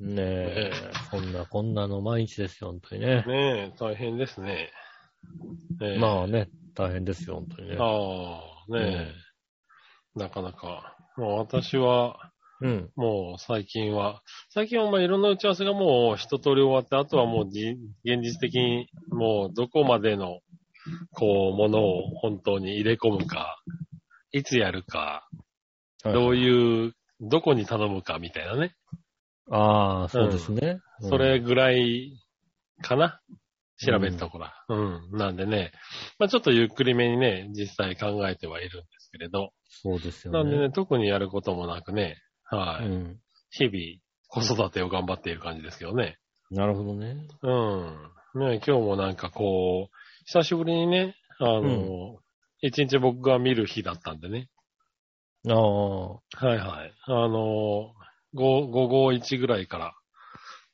B: ねえ、こんな、こんなの毎日ですよ、本当にね。
C: ねえ、大変ですね。ねえ
B: まあね、大変ですよ、本当にね。
C: ああ、ねえ、なかなか。もう私は、
B: うん。
C: もう最近は、最近はまあいろんな打ち合わせがもう一通り終わって、あとはもうじ現実的に、もうどこまでの、こう、ものを本当に入れ込むか、いつやるか、どう
B: う
C: いう、どこに頼むかみたいなね。
B: ああ、そうですね。うん
C: それ、ぐらいかな調べるところは。うん。なんでね、まあちょっとゆっくりめにね、実際考えてはいるんですけれど、
B: そうですよね。
C: なんでね、特にやることもなくね、はい。
B: うん。
C: 日々、子育てを頑張っている感じですけどね。
B: なるほどね。
C: うん。ね、今日もなんかこう、久しぶりにね、あの、一、日僕が見る日だったんでね。
B: ああ、
C: はいはい。あの、5、5、1ぐらいから、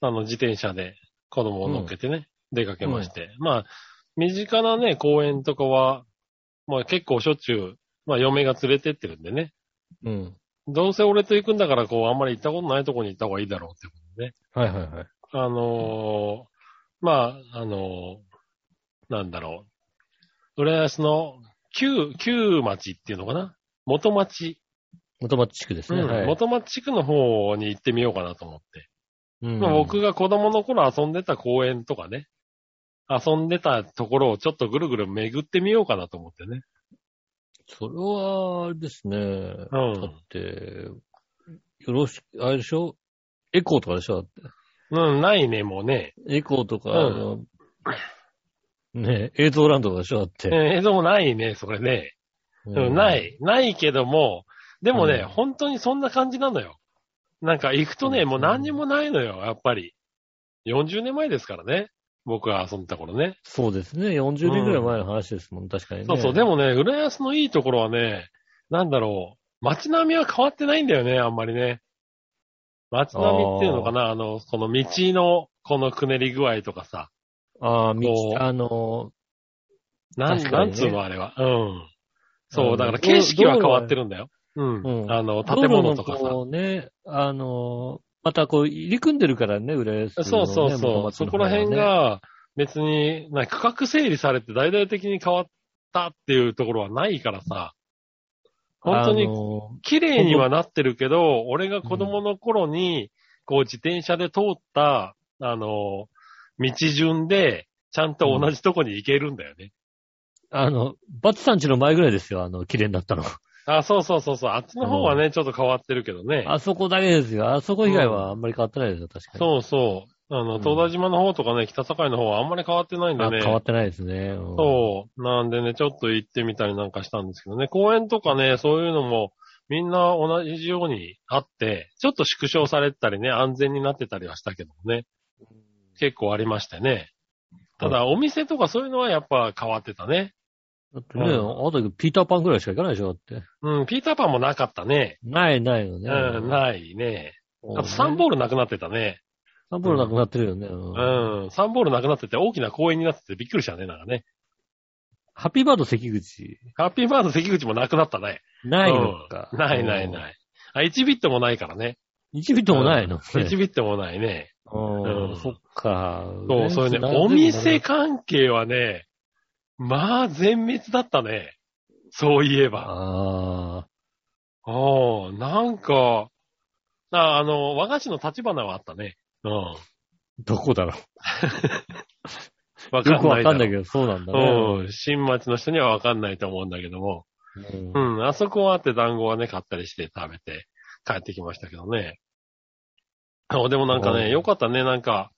C: あの、自転車で子供を乗っけてね、出かけまして。まあ、身近なね、公園とかは、まあ結構しょっちゅう、まあ嫁が連れてってるんでね。
B: うん。
C: どうせ俺と行くんだから、こう、あんまり行ったことないとこに行った方がいいだろうってこ
B: はいはいはい。
C: と。あのー、まあ、あのー、なんだろう。浦安の旧、旧町っていうのかな元町。
B: 元町地区ですね。
C: うん
B: はい。
C: 元町地区の方に行ってみようかなと思って。
B: うん
C: まあ僕が子供の頃遊んでた公園とかね。遊んでたところをちょっとぐるぐる巡ってみようかなと思ってね。
B: それは、あれですね。だ
C: うん。
B: って、よろしく、あれでしょエコーとかでしょだって
C: うん、ないね、もうね。
B: エコーとか、
C: うん
B: あのね映像ランドとかでしょだっ
C: え
B: て。
C: ー映像もないね、それね。うん、な。い。ないけども、でもね、
B: うん
C: 本当にそんな感じなのよ。なんか行くとね、
B: うん
C: もう何にもないのよ、やっぱり。40年前ですからね。僕が遊んだ頃ね。
B: そうですね。40年ぐらい前の話ですもん、確かにね。
C: そうそう、でもね、浦安のいいところはね、なんだろう、街並みは変わってないんだよね、あんまりね。街並みっていうのかな、あの、この道の、このくねり具合とかさ。
B: ああ、道
C: こ、う
B: あの、
C: なん、
B: 確か
C: な
B: にね
C: んつうのあれは。うん。そう、だから
B: あの
C: 景色は変わってるんだよ。うん。
B: うん
C: あの、建物と
B: 道
C: か
B: 路の
C: さ。
B: こうね、あの、またこう、入り組んでるからね、浦安のね、
C: そうそう
B: 元
C: そ
B: 町
C: う。そ
B: の
C: こ
B: 方
C: ら
B: はね
C: 辺、が、別に、なんか区画整理されて大々的に変わったっていうところはないからさ、本当
B: あ
C: に
B: の
C: 綺麗にはなってるけど、俺が子供の頃に、こう自転車で通った、あの、道順で、ちゃんと同じとこに行けるんだよね。
B: あの、バツさんちの前ぐらいですよ、あの、綺麗になったの。
C: あ、そうそうそうそう。あっちの方はね、ちょっと変わってるけどね。
B: あそこだけですよ。あそこ以外はあんまり変わってないですよ、確かに。
C: そうそう。あの、
B: うん
C: 東大島の方とかね、北境の方はあんまり変わってないんで
B: あ
C: ね。
B: 変わってないですね。うん
C: そう。なんでね、ちょっと行ってみたりなんかしたんですけどね、公園とかね、そういうのも、みんな同じようにあって、ちょっと縮小されてたりね、安全になってたりはしたけどもね、結構ありましてね。ただ、お店とかそういうのはやっぱ変わってたね。
B: だってね、
C: うん
B: あの時ピーターパンぐらいしか行かないでしょ、だって。
C: うん、ピーターパンもなかったね。
B: ない、ないよ
C: う
B: ね。
C: ん、
B: い。
C: ないね。あと、サンボ
B: ール。
C: ールなくなってたね。
B: サンボールなくなってるよね。うん
C: うん、サンボールなくなってて、大きな公園になっててびっくりしたね、なんかね。
B: ハッピーバード関口。
C: ハッピーバード関口もなくなったね。
B: ないのか。
C: うんないない
B: い。
C: ない。あ、1ビットもないからね。
B: 1ビットもないの。
C: 1ビットもないね。
B: うん
C: うん
B: そっか。
C: そう、そういうね、お店関係はね、まあ、全滅だったね。そういえば。
B: ああ。
C: ああ、なんか、ああの、和菓子の立花はあったね。うん。
B: どこだろ
C: わ
B: う。よ
C: か
B: く
C: んな
B: わ
C: い
B: か
C: だ
B: んない
C: ろ
B: けど、そうなんだね。
C: う。うん。新町の人にはわかんないと思うんだけども。
B: うん
C: うん。あそこはあって団子はね、買ったりして食べて帰ってきましたけどね。あでもなんか
B: うん
C: ね、よかったね、なんか。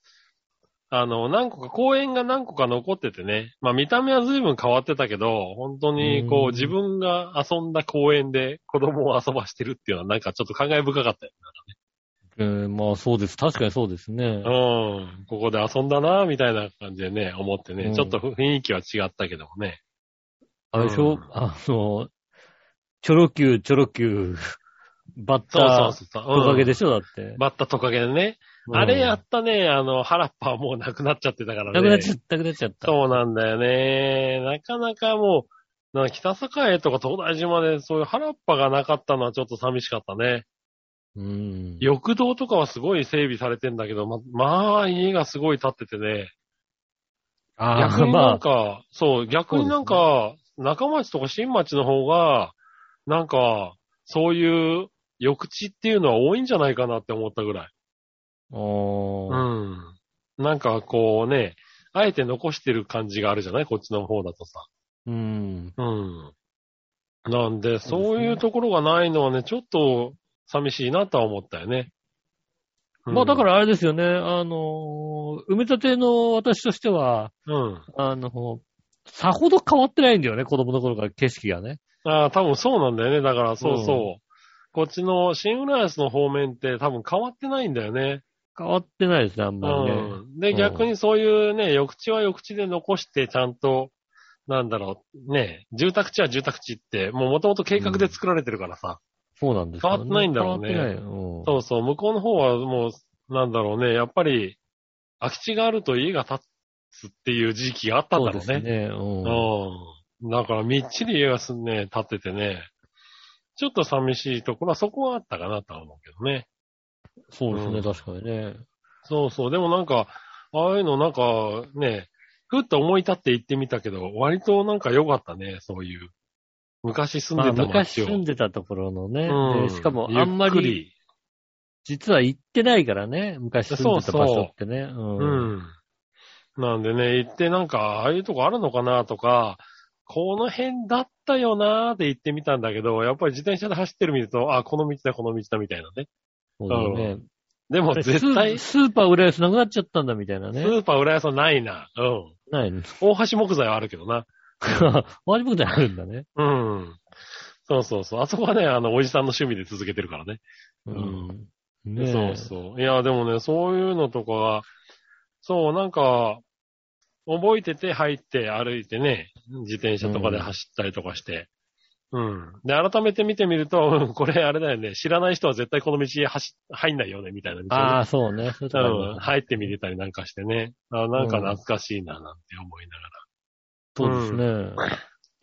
C: あの、何個か、公園が何個か残っててね。まあ見た目は随分変わってたけど、本当にこ
B: うん
C: う自分が遊んだ公園で子供を遊ばしてるっていうのはなんかちょっと感慨深かったよ。
B: うん。まあそうです。確かにそうですね。
C: うん。ここで遊んだな、みたいな感じでね、思ってね、
B: うん
C: ちょっと雰囲気は違ったけどもね。
B: あれでしょ、
C: うん
B: あの、チョロ Q、チョロ Q、バッ
C: そうそ
B: ター、
C: うそうそう。
B: おかげで
C: し
B: しょだって。
C: バッタトカゲでね。あれやったね、あの、ハラッパはもうなくなっちゃってたからね。
B: なくなっちゃった、なくなっちゃった。
C: そうなんだよね。なかなかもう、なんか北栄とか東大島でそういう原っぱがなかったのはちょっと寂しかったね。
B: うん。
C: 緑道とかはすごい整備されてんだけど、ま、まあ家がすごい建っててね。
B: あ
C: 逆
B: あ、
C: になん
B: まあ、
C: か、そう、逆になんか、中町とか新町の方が、なんか、そういう緑地っていうのは多いんじゃないかなって思ったぐらい。
B: おー
C: うん。なんかこうね、あえて残してる感じがあるじゃないこっちの方だとさ。
B: うん。
C: うん。なん
B: そうで
C: で、
B: すね
C: そういうところがないのはね、ちょっと寂しいなとは思ったよね。うん
B: まあだか、らあれですよね、あのー埋め立ての私としては、
C: うん。
B: あの、さほど変わってないんだよね、子供の頃から景色がね。
C: ああ、多分そうなんだよね。だから、そうそう。こっちの新浦安の方面って多分変わってないんだよね。
B: 変わってないですね、あん
C: う
B: まりね。
C: ん。で、逆にそういうね、緑地は緑地で残して、ちゃんと、なんだろう、ね、住宅地は住宅地って、もう元々計画で作られてるからさ。
B: そうなんですよ、ね。
C: 変わってないんだろうね
B: 変わってない。うん
C: そうそう、向こうの方はもう、なんだろうね、やっぱり、空き地があると家が建つっていう時期があったんだろう
B: そうで
C: ね。
B: すね。うん
C: うん。だから、みっちり家がすんね、建っててね、ちょっと寂しいところはそこはあったかなとは思うけどね。
B: そうですね、
C: うん
B: 確かにね。
C: そうそう、でもなんか、ああいうのなんか、ね、ふっと思い立って行ってみたけど、割となんか良かったね、そういう。昔住ん
B: まあ、
C: でた
B: 昔
C: 街を。
B: 住んでたところのね、
C: うん
B: でしかもあんま
C: ゆっく
B: り、実は行ってないからね、昔住んでた場所ってね。
C: う
B: うん
C: ん。なんでね、行ってなんか、ああいうとこあるのかなとか、この辺だったよなーって言ってみたんだけど、やっぱり自転車で走ってる見ると、あ、この道だ、この道だみたいなね。
B: そうだよね。
C: でも絶対、ス
B: スースーパー浦安なくなっちゃったんだみたいなね。
C: ーパー浦安はないな。うん。
B: ないの。 *laughs*
C: 大橋木材はあるけどな。
B: マジ僕であるんだね。
C: うん。そうそうそう。あそこはね、あの、おじさんの趣味で続けてるからね。
B: うん。ねえ
C: そうそう。いや、でもね、そういうのとかは、そう、なんか、覚えてて入って歩いてね、自転車とかで走ったりとかして。うん。で、改めて見てみると、うんこれあれだよね、知らない人は絶対この道へ走、入んないよね、みたいな道をね
B: ああ、そうね。そういうとこある
C: うん、入ってみれたりなんかしてね。あなんか懐かしいな、なんて思いながら。
B: そうですね。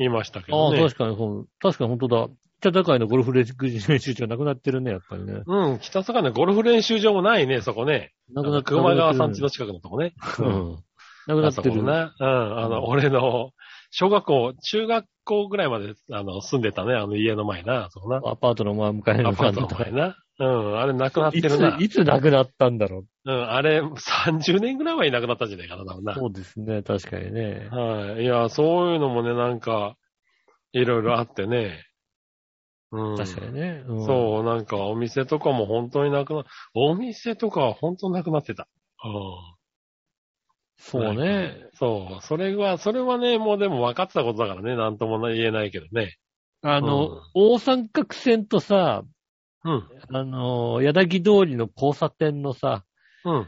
C: いましたけ
B: あ
C: ど
B: あ、
C: ね。
B: 確かにそう。確かに本当だ。北高いのゴルフ練習練習場なくなってるね、やっぱりね。
C: うん、北坂のゴルフ練習場もないね、そこね。
B: なくなってる。
C: 熊川さん地の近くのとこね。
B: うん。なくなっ
C: あ
B: て
C: そこ
B: る。
C: な。うん。あの、俺の小学校、中学校ぐらいまで、あの、住んでたね、あの家の前な、あそこな。
B: アパートの前向かいの
C: アパート
B: 感
C: の
B: じ
C: 前な。うん、あれなくなって
B: い
C: るな
B: つ、。いつなくなったんだろ
C: うん、あれ、30年ぐらいはいなくなったんじゃないかな、多分
B: う。
C: な。
B: そうですね、確かにね。
C: はい。いや、そういうのもね、なんか、いろいろあってね。うん。
B: 確かにね。うん
C: そう、なんかお店とかも本当になくな、お店とかは本当なくなってた。う。
B: そうんね。。
C: そう。それは、それはね、もうでも分かってたことだからね、なんとも言えないけどね。
B: あの、
C: うん
B: 大三角線とさ、
C: うん。
B: あの、矢崎通りの交差点のさ、
C: うん。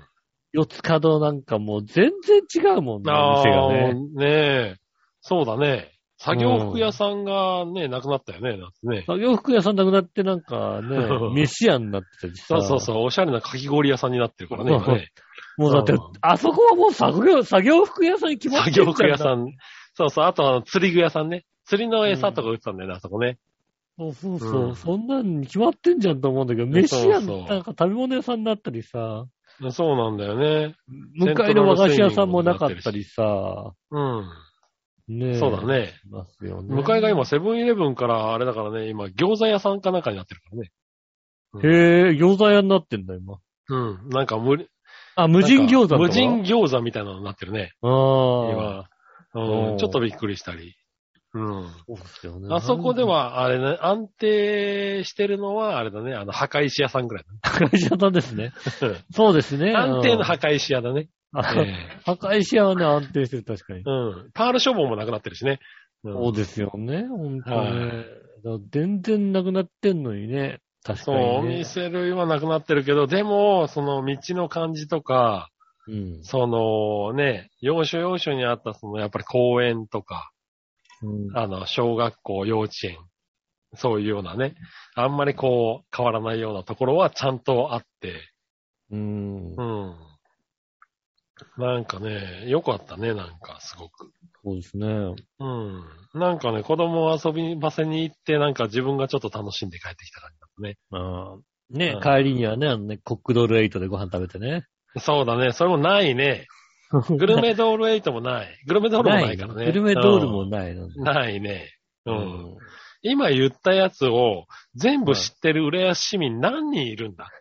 B: 四つ角なんかもう全然違うもんね、
C: あ
B: 店が
C: あ、
B: ね。
C: ねえ。そうだね。作業服屋さんがね、なくなったよね、だってね。、
B: 作業服屋さんなくなってなんかね
C: *laughs*
B: 飯屋になってたり
C: そ
B: さ。
C: うそうそう、おしゃれなかき氷屋さんになってるからね、今ね。
B: う。もうだって
C: うん、
B: あそこはもう作業、作業服屋さんに決まっ
C: 作
B: てる
C: 業服屋
B: ん。
C: さん。そうそう、あとあの釣り具屋さんね。釣りの餌とか売ってたんだよね、あそこね。
B: そうそうそう、
C: うん
B: そんなんに決まってんじゃんと思うんだけど、飯屋の、なんか食べ物屋さんになったりさ、
C: そうなんだよね。
B: 向かいの和菓子屋さんもなかったりさ、
C: うん。
B: ねえ
C: そうだ。ね。
B: いますよね。
C: 向かいが今、セブンイレブンから、あれだからね、今、餃子屋さんかなんかになってるからね。
B: へえ、餃子屋になってんだ、今。
C: うん。なんか無理、
B: あ、無人餃子と
C: な
B: か
C: んか無人餃子みたいなのになってるね。
B: ああ。
C: 今。う
B: うん
C: ん。ちょっとびっくりしたり。うん。
B: そうですよね
C: あそこで、は、あれね、安定してるのは、あれだね、あの、墓石屋さんぐらい
B: 高石屋さんですね。
C: だね。
B: そうですね。
C: 安定の
B: 破
C: 墓石屋だね。
B: 壊。 *laughs*
C: ええ
B: 高石屋はね、安定してる、確かに。
C: うん。パール処分もなくなってるしね。うん
B: そうですよね、本当に
C: はい
B: ね。だから全然なくなってんのにね。確か
C: そう、
B: に、ね。
C: お店類はなくなってるけど、でも、その道の感じとか、
B: うん。
C: そのね、要所要所にあった、そのやっぱり公園とか、
B: うん
C: あの、小学校、幼稚園、そういうようなね、あんまりこう、変わらないようなところはちゃんとあって、
B: うん
C: う。ん。なんかね、良かったね、なんか、すごく。
B: そうですね。
C: うん。なんかね、子供を遊び場せに行って、なんか自分がちょっと楽しんで帰ってきた感じだったね。
B: まあ、ね
C: う、ん
B: 帰りにはね、あのね、コックドールエイトでご飯食べてね。
C: そうだね、それもないね。グルメドール8もない。グルメドールもないからね。
B: グルメドールもないの。
C: うんないね。うん。
B: うん
C: 今言ったやつを全部知ってる浦安市民何人いるんだ、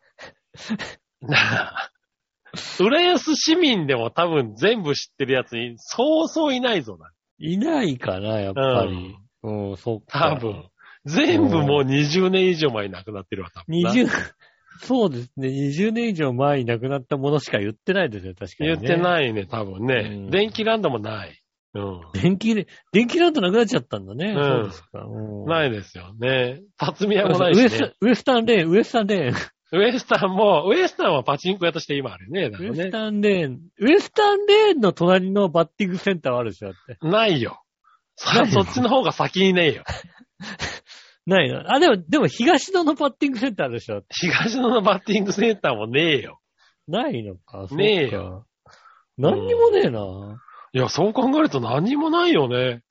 C: *laughs* なあ浦安市民でも多分全部知ってるやつにそうそういないぞな。
B: いないかな、やっぱり。うん、そっか。
C: 多分。。全部もう20年以上前に亡くなってるわ、多分な。
B: 20、そうですね。20年以上前に亡くなったものしか言ってないですよ、確かに、
C: 言
B: ね。
C: って
B: い。
C: ないね、多分ね。
B: うん
C: 電気ランドもない。うん。
B: 電気で、電気なんとなくなっちゃったんだね。
C: ん
B: そうですか。うん
C: ないですよね。辰巳
B: そう
C: 屋
B: で
C: も
B: す
C: ないし、
B: ウエ
C: ね。
B: スウエスタンレーン、ウエスタンレーン、
C: ウエスタンも、ウエスタンはパチンコ屋として今あるね。だか
B: ウ
C: ら
B: エス
C: ね。
B: タンレーン、ウエスタンレーンの隣のバッティングセンターはあるでしょ、だって。
C: ないよ。そ
B: ないの
C: そっちの方が先にねえよ。
B: ないな。あ、でも、でも東野のバッティングセンターあるでしょ。
C: 東野のバッティングセンターもねえよ。
B: ないのか。そうか
C: ねえよ。
B: 何にもねえな。
C: いや、そう考えると何もないよね。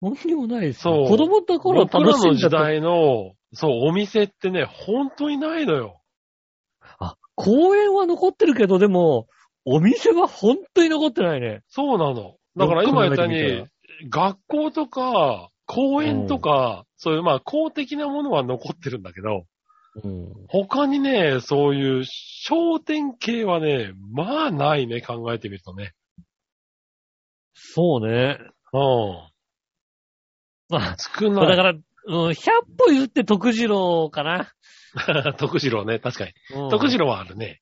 B: 何にもないです
C: そう
B: 子供の頃
C: 僕
B: 楽
C: ら
B: し
C: の
B: んだ
C: 時
B: と
C: 代の、そう、お店ってね、本当にないのよ。
B: あ、公園は残ってるけど、でも、お店は本当に残ってないね。
C: そうなの。だから今言ったように、学校とか、公園とか、そういうまあ公的なものは残ってるんだけど、
B: うん。
C: 他にね、そういう商店系はね、まあないね、考えてみるとね。
B: そうね。
C: うん。
B: まあ、
C: 少
B: だか
C: ない。
B: ら、うん、100歩譲って徳次郎かな。
C: *laughs* 徳次郎ね、確かに。
B: うん
C: 徳次郎はあるね。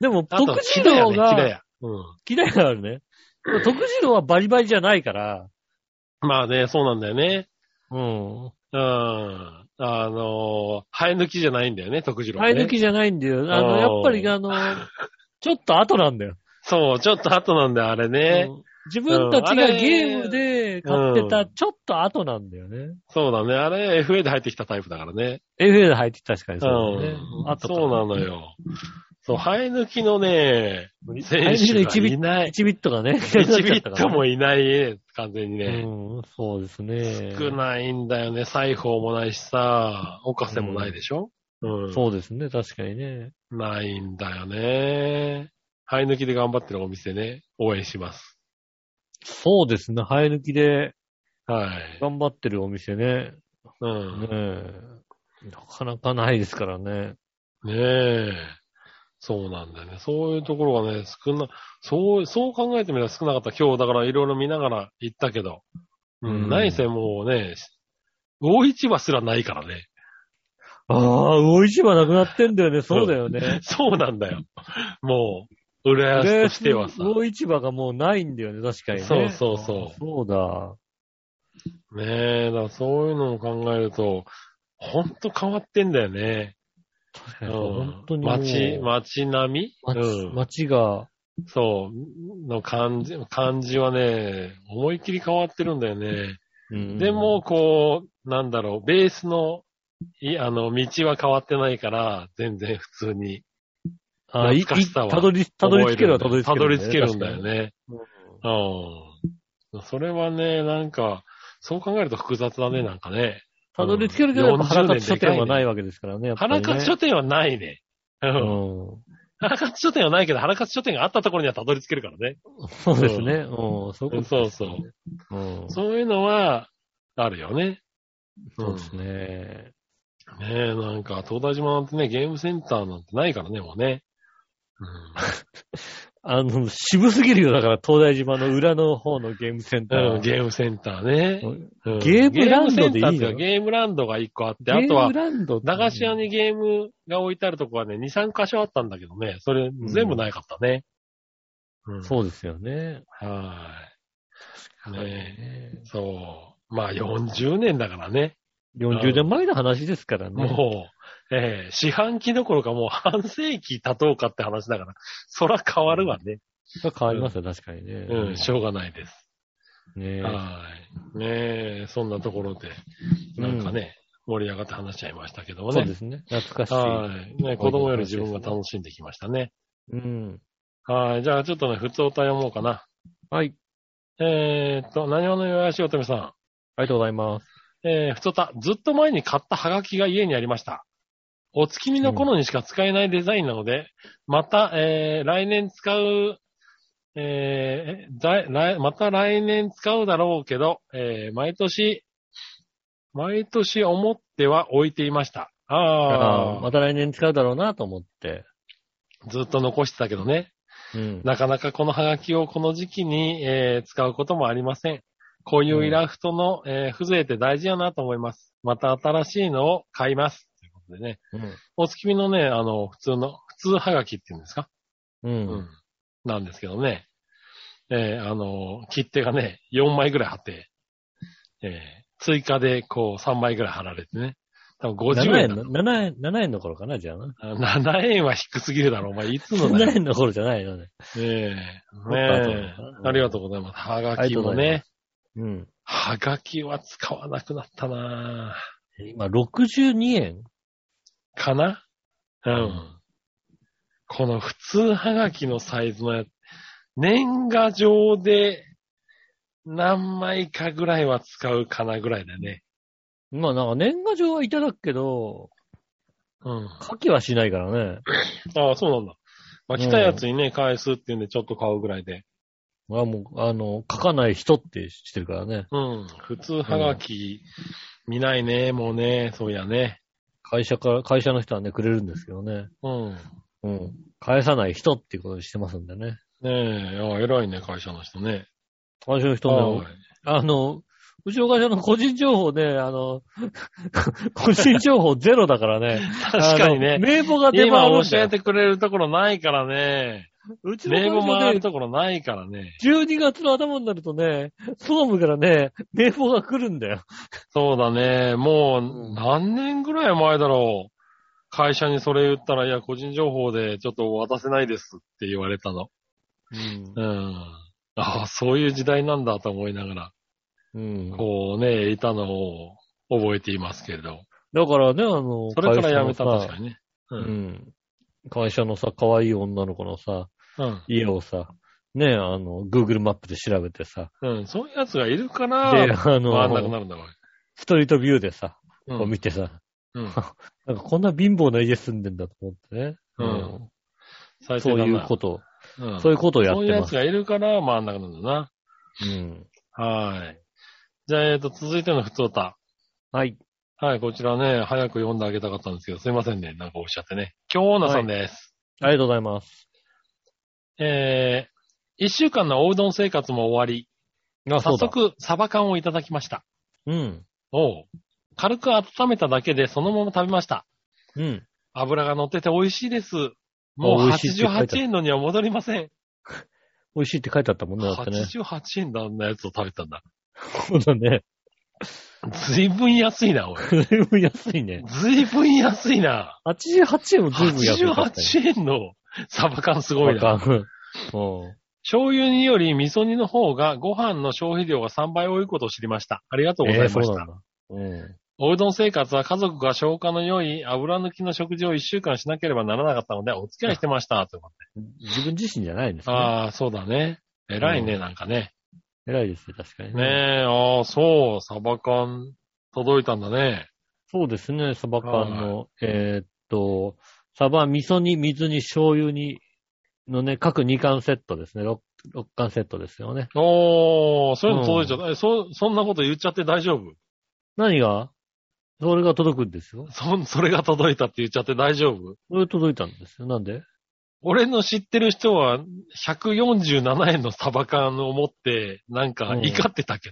B: でも、
C: あと
B: 徳、次
C: 木だ
B: 郎
C: よね、木だ
B: が、
C: よ。うん。
B: 嫌いがあるね。徳次郎はバリバリじゃないから、
C: まあね、そうなんだよね。
B: うん。
C: うん。あのー生え抜きじゃないんだよね、徳次郎、
B: 生
C: ね。
B: え抜きじゃないんだよ。あの、やっぱり、あの、ちょっと後なんだよ。
C: そう、ちょっと後なんだよ、あれね。
B: うん自分たちが
C: うんあれ
B: ゲームで買って
C: う
B: た、
C: ん
B: ちょっと後なんだよね。
C: そうだね。あれ、FA で入ってきたタイプだからね。
B: FA で入って確かに
C: う
B: そうだね。
C: ん。
B: 後か
C: そうなのよ。そう、生え抜きのね、
B: 生え
C: 選
B: 抜きの
C: 手
B: 一
C: が
B: ビッ
C: いない。
B: 1ビットがね、
C: 1ビットもいないね、完全に
B: う
C: ね。
B: ん、そうですね。
C: 少ないんだよね。裁縫もないしさ、おかせもないでしょ、うん、
B: そうですね、確かにね。
C: ないんだよね。生え抜きで頑張ってるお店ね、応援します。
B: そうですね、生え抜きで
C: はい。
B: 頑張ってるお店ね。
C: う
B: ね
C: ん。
B: え。なかなかないですからね。
C: ねえ。そうなんだよね。そういうところがね、少な、そう、そう考えてみたら少なかった。今日だからいろいろ見ながら行ったけど。う
B: うん
C: ん。ないせもうね、魚市場すらないからね。 *laughs*
B: ああ、魚市場なくなってんだよね。そうだよね。
C: そうなんだよ。もう、浦安としてはさ。
B: 魚市場がもうないんだよね、確かにね。
C: そうそうそう
B: あそうだ。
C: ねえ、だからそういうのを考えると、ほんと変わってんだよね。
B: 確か
C: うん
B: にそう、本当にもう。
C: 街、街並み
B: 街
C: うん
B: 街が、
C: そう、の感じ、感じはね、思いっきり変わってるんだよね。
B: うん
C: でも、、こう、なんだろう、ベースの、い、あの、道は変わってないから、全然普通に。
B: ああ、いい、
C: 懐かしさは
B: たどり、たどり着けるはたど
C: 覚え
B: り着ける、
C: たどり着けるんだよ。ね。
B: 確
C: うん。それはね、なんか、そう考えると複雑だね、なんかね。
B: たどり着けるけど、やっぱ原勝書店はないわけですからね。やっぱり
C: 原
B: ね
C: 勝書店はないね。うん。
B: う
C: 原勝書店はないけど、原勝書店があったところにはたどり着けるからね。
B: ん。そうですね。うん。そういうこと
C: そうそう。
B: うん。そ
C: そういうのは、あるよね。
B: うですね。
C: うん。ねえ、なんか、東大島なんてね、ゲームセンターなんてないからね、もうね。
B: あの、渋すぎるよ。だから、東大島の裏の方のゲームセンタ
C: う
B: ー
C: ん。。ゲームセンターね。うん
B: ゲームランドでいいの
C: ゲームセンターっていうかゲームランドが一個あって、
B: ゲ
C: あ
B: ー
C: とは
B: ム、ランドって
C: 駄菓子屋にゲームが置いてあるとこはね、2、3箇所あったんだけどね、それ全部ないかったね。うん
B: そうですよね。
C: はーい。ねえ
B: ね
C: そう。まあ40年だからね。
B: 40年前の話ですからね。
C: もう、ええ四半期どころかもう半世紀経とうかって話だから、そら変わるわね。
B: 変わりますよ、確かにね。
C: うん、しょうがないです。
B: ねえ
C: はーい。ねえ、そんなところで、なんかね、盛り上がって話しちゃいましたけどもね。
B: そうですね。懐かし。
C: はいい。ね、子供より自分が楽しんできましたね。
B: うん。
C: はい。じゃあ、ちょっとね、普通お便り読もうかな。
B: はい。
C: えーっと、何話のよやしおとめさ
B: ありがとうございます。
C: ん。えー、普通おた、ずっと前に買ったハガキが家にありました。お月見の頃にしか使えないデザインなので、また、えー、来年使う、えー、ざい来また来年使うだろうけど、えー、毎年、毎年思っては置いていました。
B: あ
C: あ
B: ー
C: あ
B: ま、た来年使うだろうなと思って。
C: ずっと残してたけどね。
B: うん。
C: なかなかこのハガキをこの時期に、えー使うこともありません。こういうイラストの、えー風情って大事やなと思います。また新しいのを買います。ということでね。お月見のね、あの、普通の、普通ハガキっていうんですか、
B: うん。
C: う
B: うん
C: ん。なんですけどね。えーあの、切手がね、4枚ぐらい貼って、えー追加でこう3枚ぐらい貼られてね。多分
B: 7
C: 50円
B: 円
C: だ
B: の、7円、7円の頃かな、じゃあな。
C: あ7円は低すぎるだろ、お前。いつのだよ
B: 7円の頃じゃないのね。
C: ええ
B: もっと後だ
C: ねえ
B: な。うん
C: ありがとうございます。はがきもね。
B: うん。
C: はがきは使わなくなったな
B: 今、62円
C: ぁかなうん。
B: うん
C: この普通はがきのサイズのやつ、年賀状で何枚かぐらいは使うかなぐらいだね。
B: まあなんか年賀状はいただくけど、
C: うん。
B: 書きはしないからね。
C: ああ、そうなんだ。まあ、来たやつにね、返すっていうんでちょっと買うぐらいで。
B: まあもう、あの、書かない人ってしてるからね。
C: うん。普通はがき見ないね、もうね、そういやね。
B: 会社から、会社の人はね、くれるんですけどね。
C: うん。
B: うん。返さない人っていうことにしてますんでね。
C: ねえ、ああ偉いね、会社の人ね。
B: 会社の人
C: は
B: も
C: い、
B: あの、うちの会社の個人情報ね、あの、 *laughs* 個人情報ゼロだからね。
C: 確かに
B: あの
C: ね。
B: 名簿が出
C: 今
B: 回るん
C: 教
B: だ
C: え
B: よ。
C: てくれるところないからね。
B: うちの会
C: 名
B: 社
C: 簿回
B: ね
C: る、ところないからね。
B: 12月の頭になるとね、総務からね、名簿が来るんだよ。
C: そうだね。も
B: うん
C: う何年ぐらい前だろう。会社にそれ言ったら、いや、個人情報でちょっと渡せないですって言われたの。
B: うん
C: う。ん。ああ、そういう時代なんだと思いながら、
B: うん。
C: こうね、いたのを覚えていますけれど。
B: だからね、あの、
C: それからやめた、
B: 会社の
C: 確
B: さ
C: かにね。う。
B: うんん。会社のさ、可愛い女の子のさ、
C: うん。
B: 家をさ、ね、あの、Google マップで調べてさ、
C: うん。そういうやつがいるか
B: で、
C: ら、
B: あ
C: 回んなくな
B: の、
C: るんだ、こ
B: ストリートビューでさ、
C: れ。
B: こう見てさ、
C: うん。うん
B: なんかこんな貧乏な家住んでんだと思ってね。
C: うん
B: うん
C: 最低
B: そ
C: だ
B: う
C: な
B: いうこと、
C: うん
B: そういうことをや
C: そ
B: っ
C: ういう
B: て
C: や
B: ま
C: つ
B: す。
C: がいるから、真ん中なんだな。
B: うん。
C: はい。じゃあ、えっ、と、続いての普通歌。
B: はい。
C: はい、こちらね、早く読んであげたかったんですけど、すいませんね。なんかおっしゃってね。京奈さんです。
B: ありがとうございます。
C: えー、一週間のおうどん生活も終わり、
B: あ、そ
C: 早
B: うだ。
C: 速、サバ缶をいただきました。
B: うん。
C: おう軽く温めただけでそのまま食べました。
B: うん。
C: 油が乗ってて美味しいです。も
B: あ
C: う
B: 美味しいって書いてある
C: 88円のには戻りません。
B: 美味しいって書いてあったもんね、だってね。
C: 88円のあんなやつを食べたんだ。
B: そうだね。 *laughs*
C: ずいぶん安いな、おい。
B: ずいぶん安いね。
C: ずいぶん安いな。
B: 88円もずいぶん安い。
C: 88円のサバ缶すごいな。 *laughs*
B: 円。うん。
C: 醤油煮より味噌煮の方がご飯の消費量が3倍多いことを知りました。ありがとうございました。
B: えーそうなんだ。うん。
C: おうどん生活は家族が消化の良い油抜きの食事を1週間しなければならなかったのでお付き合いしてました。ということ
B: 自分自身じゃないんです
C: で
B: ね。
C: *laughs* ああ、そうだね。偉いね、
B: うん
C: なんかね。
B: 偉いですね、確かに。
C: ねえ、ああ、そう、サバ缶届いたんだね。
B: そうですね、サバ缶の、えーっと、サバ、味噌に、水に、醤油に、のね、各2缶セットですね、6, 六缶セットですよね。
C: おー、そういうの届いちゃった。え、そ、そんなこと言っちゃって大丈夫
B: 何がそれが届くんですよ。
C: そ、それが届いたって言っちゃって大丈夫
B: それ届いたんですよ。なんで
C: 俺の知ってる人は、147円のサバ缶を持って、なんか
B: うん
C: 怒ってたけ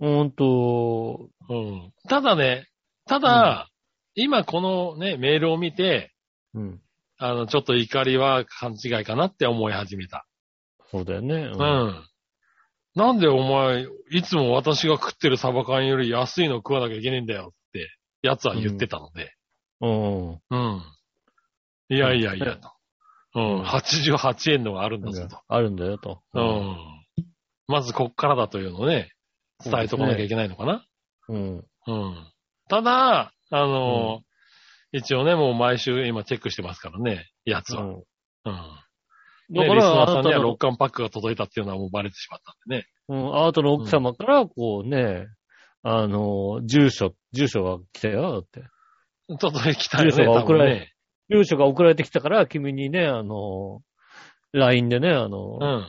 B: うーんと、
C: ど。うん。ただね、ただ、今このね、メールを見て、
B: うん。
C: あの、ちょっと怒りは勘違いかなって思い始めた。
B: そうだよね。
C: う。
B: うん
C: なんでお前、いつも私が食ってるサバ缶より安いの食わなきゃいけねえんだよって、やつは言ってたので。
B: うん。
C: うん。いやいやいや、と。うん
B: う。ん
C: 88円のがあるんだぞと。
B: あるんだよと。
C: うん。まずこっからだというのをね、伝えとかなきゃいけないのかな。
B: うん。
C: うん。ただ、あのー一応ね、もう毎週今チェックしてますからね、やつ
B: う
C: は。うん。
B: ん。
C: ね
B: だか
C: リスナー
B: ら、
C: さ
B: あなん
C: に
B: た
C: は
B: の
C: 6、巻パックが届いたっていうのはもうバレてしまったんでね。
B: うん、あなたの奥様から、こうね、あの、住所、住所が来たよ、だって。
C: 届きたいよ
B: 住
C: ね、
B: 所が
C: 多
B: 送
C: 分
B: られ
C: ね。
B: 住所が送られてきたから、君にね、あの、LINE でね、あの
C: う、ん。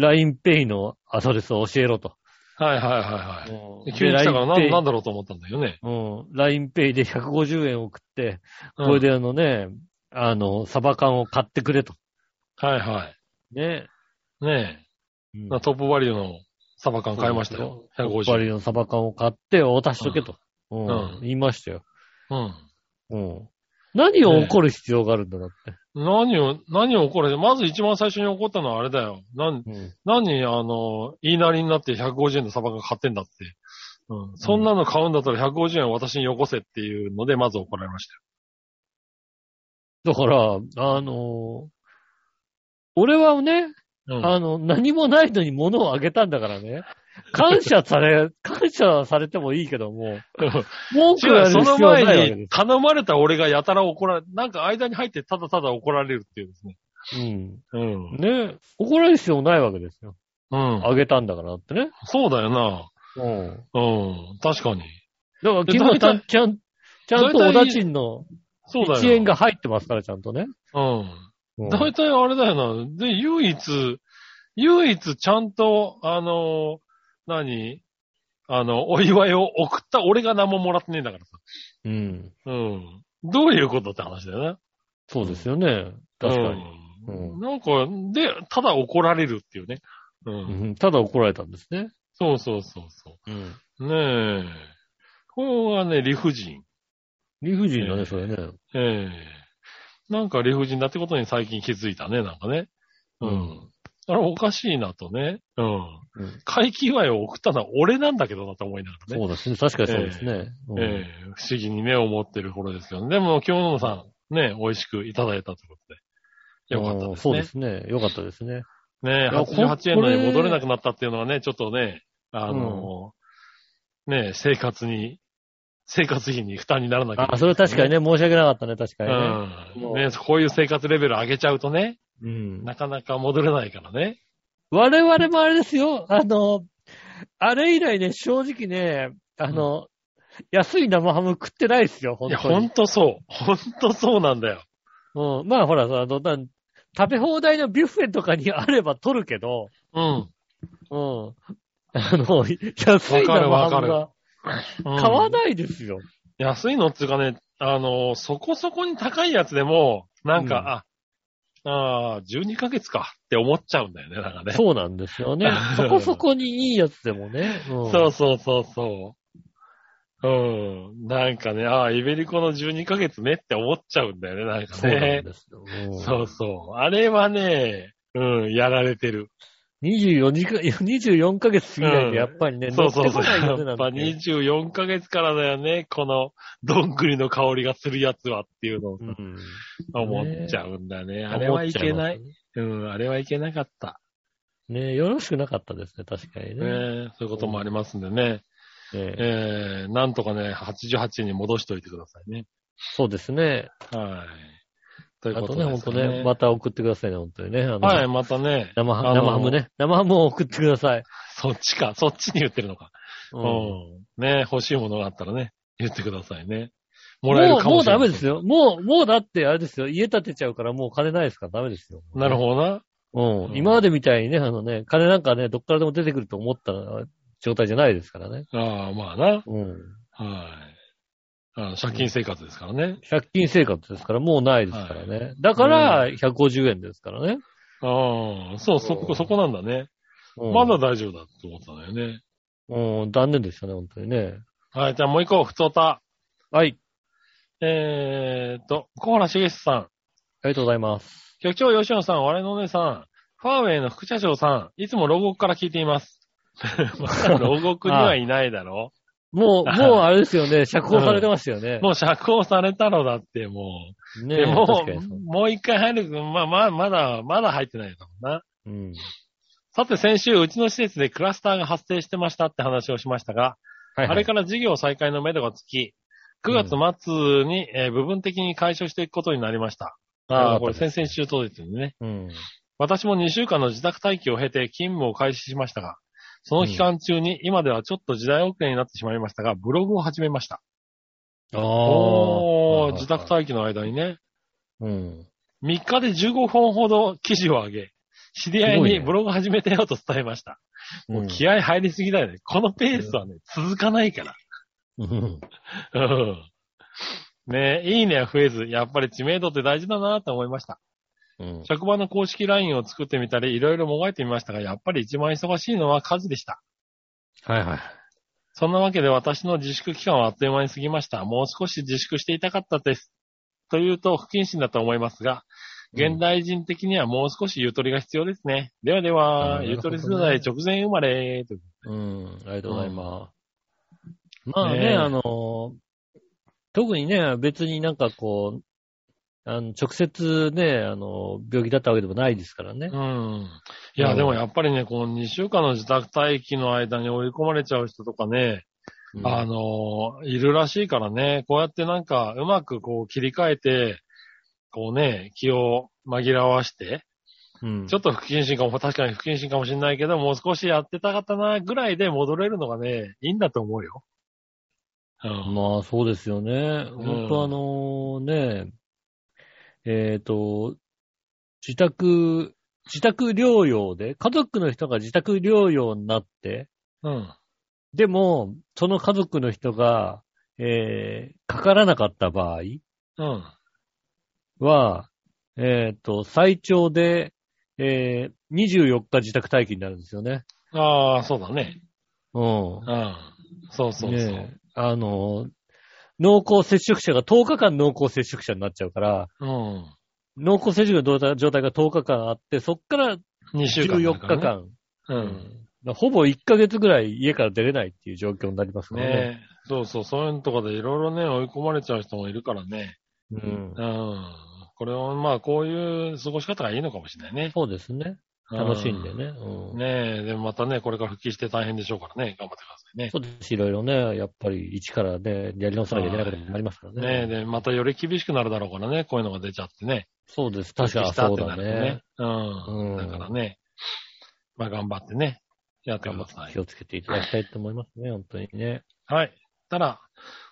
B: LINEPay のアドレスを教えろと。
C: はいはいはいは
B: う
C: い。
B: ん
C: 急に来たからなん
B: で
C: なんだろうと思ったんだよね。
B: うん。LINEPay で150円送って、
C: うん
B: これであのね、あの、サバ缶を買ってくれと。
C: はいは
B: ね。
C: い。ねえ。
B: うん
C: まあトップバリューのサバ缶買いましたよ。
B: トップ
C: 150
B: バリューのサバ缶を買って渡しとけと。うん。
C: うん
B: 言いましたよ。
C: う
B: う
C: ん。
B: ん。何を怒る必要があるんだ、だって。
C: 何を、何を怒るまず一番最初に怒ったのはあれだよ。なん、
B: うん。
C: 何、あの、言いなりになって150円のサバ缶買ってんだって。うん。そんなの買うんだったら150円私によこせっていうので、まず怒られまし
B: だから、あのー俺はね、
C: たよ。うん。
B: あの、何もないのに物をあげたんだからね。感謝され、感謝されてもいいけども、文句
C: *laughs* 違
B: 言わ
C: う、
B: れ
C: そ
B: る
C: の
B: 必要はないわ
C: 前
B: けで
C: に頼まれた俺がやたら怒られ、なんか間に入ってただただ怒られるっていうですね。
B: す。うん。
C: うん。
B: ね怒られる必要ないわけですよ。
C: うん。
B: あげたんだからってね。
C: そうだよな。
B: うん。
C: うん。確かに。
B: だから、君はちゃん、ちゃん、ちゃんと
C: 大
B: お
C: 体
B: だちんの
C: そうだよ。
B: 1円が入ってますから、ちゃんとね。
C: うん。
B: うん
C: 大体あれだよな。で、唯一、唯一ちゃんと、あの、何あの、お祝いを送った俺が何ももらってねえんだからさ。
B: うん。
C: うん。どういうことって話だよな。
B: そうですよね。確かに。
C: うん。
B: うん
C: なんか、で、ただ怒られるっていうね。うん。
B: うんただ怒られたんですね。
C: そうそうそうそ
B: うん。
C: う。ねえ。これはね、理不尽。
B: 理不尽だね、それね。
C: ええなんか理不尽だってことに最近気づいたね、なんかね。うん。
B: うん
C: あれおかしいなとね。うん。
B: うん
C: 回帰祝いを送ったのは俺なんだけどなと思いながらね。
B: そうですね。確かにそうですね。うん
C: ええ不思議に目を持ってる頃ですよね。でも、今日のさん、ね、美味しくいただいたということで。よかった
B: う
C: で
B: ん
C: す
B: そう
C: ね。
B: ですね。よかったですね。
C: ね
B: いや
C: 88円
B: こ
C: の
B: れ
C: に戻れなくなったっていうのはね、ちょっとね、あのーね、生活に、生活費に負担にならなきゃいけな
B: あ、
C: い
B: それ確かにね、申し訳なかったね、確かにね。
C: うん。ね、こういう生活レベル上げちゃうとね、
B: うん
C: なかなか戻れないからね。
B: 我々もあれですよ、あの、あれ以来ね、正直ね、あの、安い生ハム食ってないですよ、
C: い
B: 本
C: や、
B: 当
C: ほん
B: に。
C: とそう。ほんとそうなんだよ。
B: うん、まあほらさ、あのなん食べ放題のビュッフェとかにあれば取るけど、
C: うん。
B: うん。あの、安い
C: わかるわ
B: 生
C: か
B: ハ
C: る
B: ムが
C: うん
B: 買わないですよ。
C: 安いのっていうかね、あの、そこそこに高いやつでも、なんか、あ、ああ、12ヶ月かって思っちゃうんだよね、なんかね。。
B: そうなんですよね *laughs* そこそこにいいやつでもね。うん
C: そうそうそうそう。うん。なんかね、ああ、イベリコの12ヶ月ねって思っちゃうんだよね、なんか
B: そうな
C: ね
B: ん。ですよ。うん
C: そうそう。あれはね、うん、やられてる。
B: 24時間、24ヶ月過ぎないとやっぱりね、
C: そうそう
B: 乗
C: そ
B: っ
C: う。
B: てこない
C: や
B: よねな
C: っ
B: ん
C: ぱ
B: て
C: 24ヶ月からだよね、この、どんぐりの香りがするやつはっていうのを
B: うん
C: 思っちゃうんだね。あれはいけない。。うん、あれはいけなかった。
B: ねよろしくなかったですね、確かに
C: ね
B: ね。
C: そういうこともありますんでね。
B: ね
C: えー、なんとかね、88に戻しておいてくださいね。
B: そうですね。
C: はい。という
B: あ
C: ことと
B: ね、
C: で
B: ほん
C: す
B: と
C: か
B: ね、また送ってくださいね、ほんとにね。あの
C: はい、またね、
B: 生
C: あ
B: ハ
C: の
B: 生ハムね。生ハムを送ってください。
C: そっちか、そっちに言ってるのか。
B: う
C: うんん。ね欲しいものがあったらね、言ってくださいね。も
B: も
C: らえる
B: う、
C: か
B: も
C: も
B: う
C: しれ
B: ダ
C: ない。
B: メですよ。もう、もうだってあれですよ。家建てちゃうからもう金ないですからダメですよ。
C: なるほどな。
B: うん
C: う。ん
B: 今までみたいにね、あのね、金なんかね、どっからでも出てくると思った状態じゃないですからね。
C: ああ、まあな。
B: うん。
C: はい。あの借金生活ですからね。
B: 100均生活ですから、もうないですからね。だから、150円ですからね。
C: ああ、そう、そこ、そこなんだね。
B: うん
C: まだ大丈夫だと思ったんだよね。
B: うん、残念でしたね、本当にね。
C: はい、じゃあもう一個、ふつおた。
B: はい。
C: えーっと、小原茂史さん、
B: ありがとうございます。
C: 局長吉野さん、我のお姉さん、ファーウェイの副社長さん、いつも牢獄から聞いています。 *laughs* まだ牢獄にはいないだろ
B: も
C: *laughs*
B: う、もうあれですよね、釈放されてましたよね。
C: もう釈放されたのだって、も
B: う、
C: う。
B: ね
C: でも
B: 確かにそう
C: う、もう一回入る、まあまあ、まだ、まだ入ってないだろうな。
B: うん。
C: さて先週、うちの施設でクラスターが発生してましたって話をしましたが、
B: はい、
C: あれから事業再開の目処がつき、9月末に、えー部分的に解消していくことになりました。ああ、
B: よか
C: こ
B: った
C: れ
B: です
C: 先々週届いてるね。
B: うん。
C: 私も2週間の自宅待機を経て勤務を開始しましたが、その期間中に今ではちょっと時代遅れになってしまいましたが、ブログを始めました。
B: ああ。
C: お
B: はいはいは
C: ー、
B: い
C: 自宅待機の間にね、
B: うん。
C: 3日で15本ほど記事を上げ、知り合い
B: すごい
C: に
B: ね
C: ブログ始めてよと伝えました。もう気合入りすぎだよね。このペースはね、続かないから。
B: うん。
C: うんねえ、いいねは増えず、やっぱり知名度って大事だなと思いました。
B: うん。
C: 職場の公式 LINE を作ってみたり、いろいろもがいてみましたが、やっぱり一番忙しいのは家事でした。
B: はいはい。
C: そんなわけで私の自粛期間はあっという間に過ぎました。もう少し自粛していたかったです。というと不謹慎だと思いますが、現代人的にはもう少しゆとりが必要ですね。ではでは、
B: あー
C: ゆとり世
B: な
C: 代
B: る
C: 直前生まれ。と
B: うん。ありがとうございます。まあね、
C: ねえ
B: あの、特にね、別になんかこう、あの直接ね、あの、病気だったわけでもないですからね
C: う。ん。いや、
B: うん
C: でもやっぱりね、この2週間の自宅待機の間に追い込まれちゃう人とかね、
B: うん
C: あのーいるらしいからね、こうやってなんか、うまくこう切り替えて、こうね、気を紛らわして、
B: うん
C: ちょっと不謹慎かも、確かに不謹慎かもしれないけど、もう少しやってたかったな、ぐらいで戻れるのがね、いいんだと思うよ。うん。
B: まあ、そうですよね。
C: ん
B: 本当あのね、えっ、と、自宅、自宅療養で、家族の人が自宅療養になって、
C: うん。
B: でも、その家族の人が、えーかからなかった場合
C: うん。
B: は、えっ、と、最長で、えー24日自宅待機になるんですよね。
C: ああ、そうだね。
B: うん
C: う。ん。そうそうそう。
B: ねえあの濃厚接触者が10日間濃厚接触者になっちゃうから、
C: うん。
B: 濃厚接触の状態が10日間あって、そっから
C: 2週間、
B: 14日。間。
C: う。
B: うんんほぼ1ヶ月ぐらい家から出れないっていう状況になりますからね。
C: ねえ。そうそう、そういうとこでいろいろね、追い込まれちゃう人もいるからね。
B: うん
C: うん。これを、まあ、こういう過ごし方がいいのかもしれないね。
B: そうですね。楽しんでね。うん
C: ねえ、でもまたね、これから復帰して大変でしょうからね、頑張ってくださいね。
B: そうです。いろいろね、やっぱり一からね、やり直さなきゃいけないことになりますから
C: ね
B: ね。
C: え、で、またより厳しくなるだろうからね、こういうのが出ちゃってね。
B: そうです。確かにそうだね。
C: うん。
B: うん
C: だからね、まあ頑張ってね、やってください
B: 気。をつけていただきたいと思いますね、本当にね。
C: はい。たら、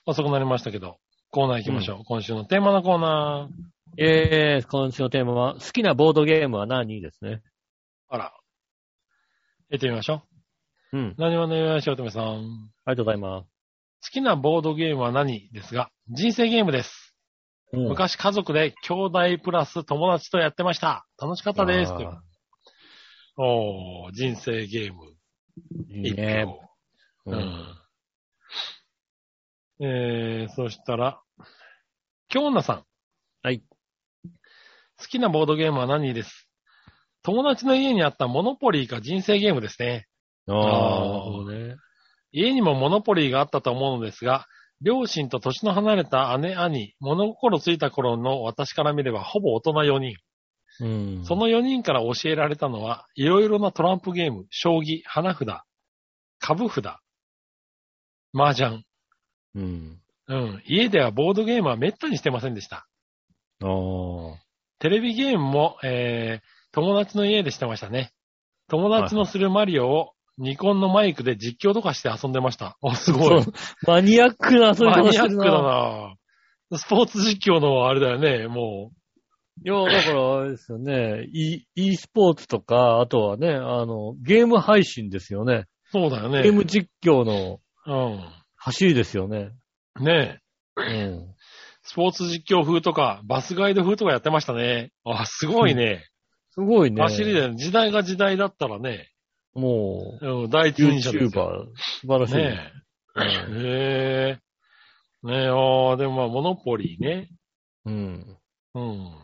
C: 遅くなりましたけど、コーナー行きましょう。今週のテーマのコーナー。
B: えー、今週のテーマは、好きなボードゲームは何ですね。
C: あら。行ってみましょう。
B: うん。
C: 何はね、よしおとめさん。
B: ありがとうございます。
C: 好きなボードゲームは何ですが、人生ゲームです。
B: うん
C: 昔家族で兄弟プラス友達とやってました。楽しかったです。という
B: あ
C: おー、人生ゲーム。
B: ーいいね。
C: う
B: うん
C: ん。えー、そしたら、京奈さん。
B: はい。
C: 好きなボードゲームは何です友達の家にあったモノポリーか人生ゲームですね。
B: あ
C: あ
B: あ、そうね。
C: 家にもモノポリーがあったと思うのですが、両親と年の離れた姉、兄、物心ついた頃の私から見ればほぼ大人4人。
B: うん。
C: その4人から教えられたのは、いろいろなトランプゲーム、将棋、花札、株札、麻雀。
B: うん。
C: うん。家ではボードゲームは滅多にしてませんでした。
B: ああ。
C: テレビゲームも、えー、友達の家でしてましたね。友達のするマリオをニコンのマイクで実況とかして遊んでました。お、すごい。
B: そうマニアックな、そういうこ
C: マ
B: と
C: ニ
B: し
C: ア
B: て
C: ック
B: る
C: だ
B: な。
C: なスポーツ実況のあれだよね、も
B: いや、だから、あれですよね。e, e スポーツとか、あとはね、あの、ゲーム配信ですよね。
C: う。そうだよね。
B: ゲーム実況の
C: う
B: 走りですよね。
C: ん。ねえ。
B: うん。
C: スポーツ実況風とか、バスガイド風とかやってましたね。あ、すごいね。
B: すごいね。
C: 走りだよね。時代が時代だったらね、
B: も
C: うん、
B: う、
C: 第一人者ですよ。
B: YouTuber。
C: *laughs*
B: 素晴らしい。
C: ねえ。
B: う
C: へえ。ねえ、ああ、でもまあ、モノポリーね。
B: うん。
C: うん。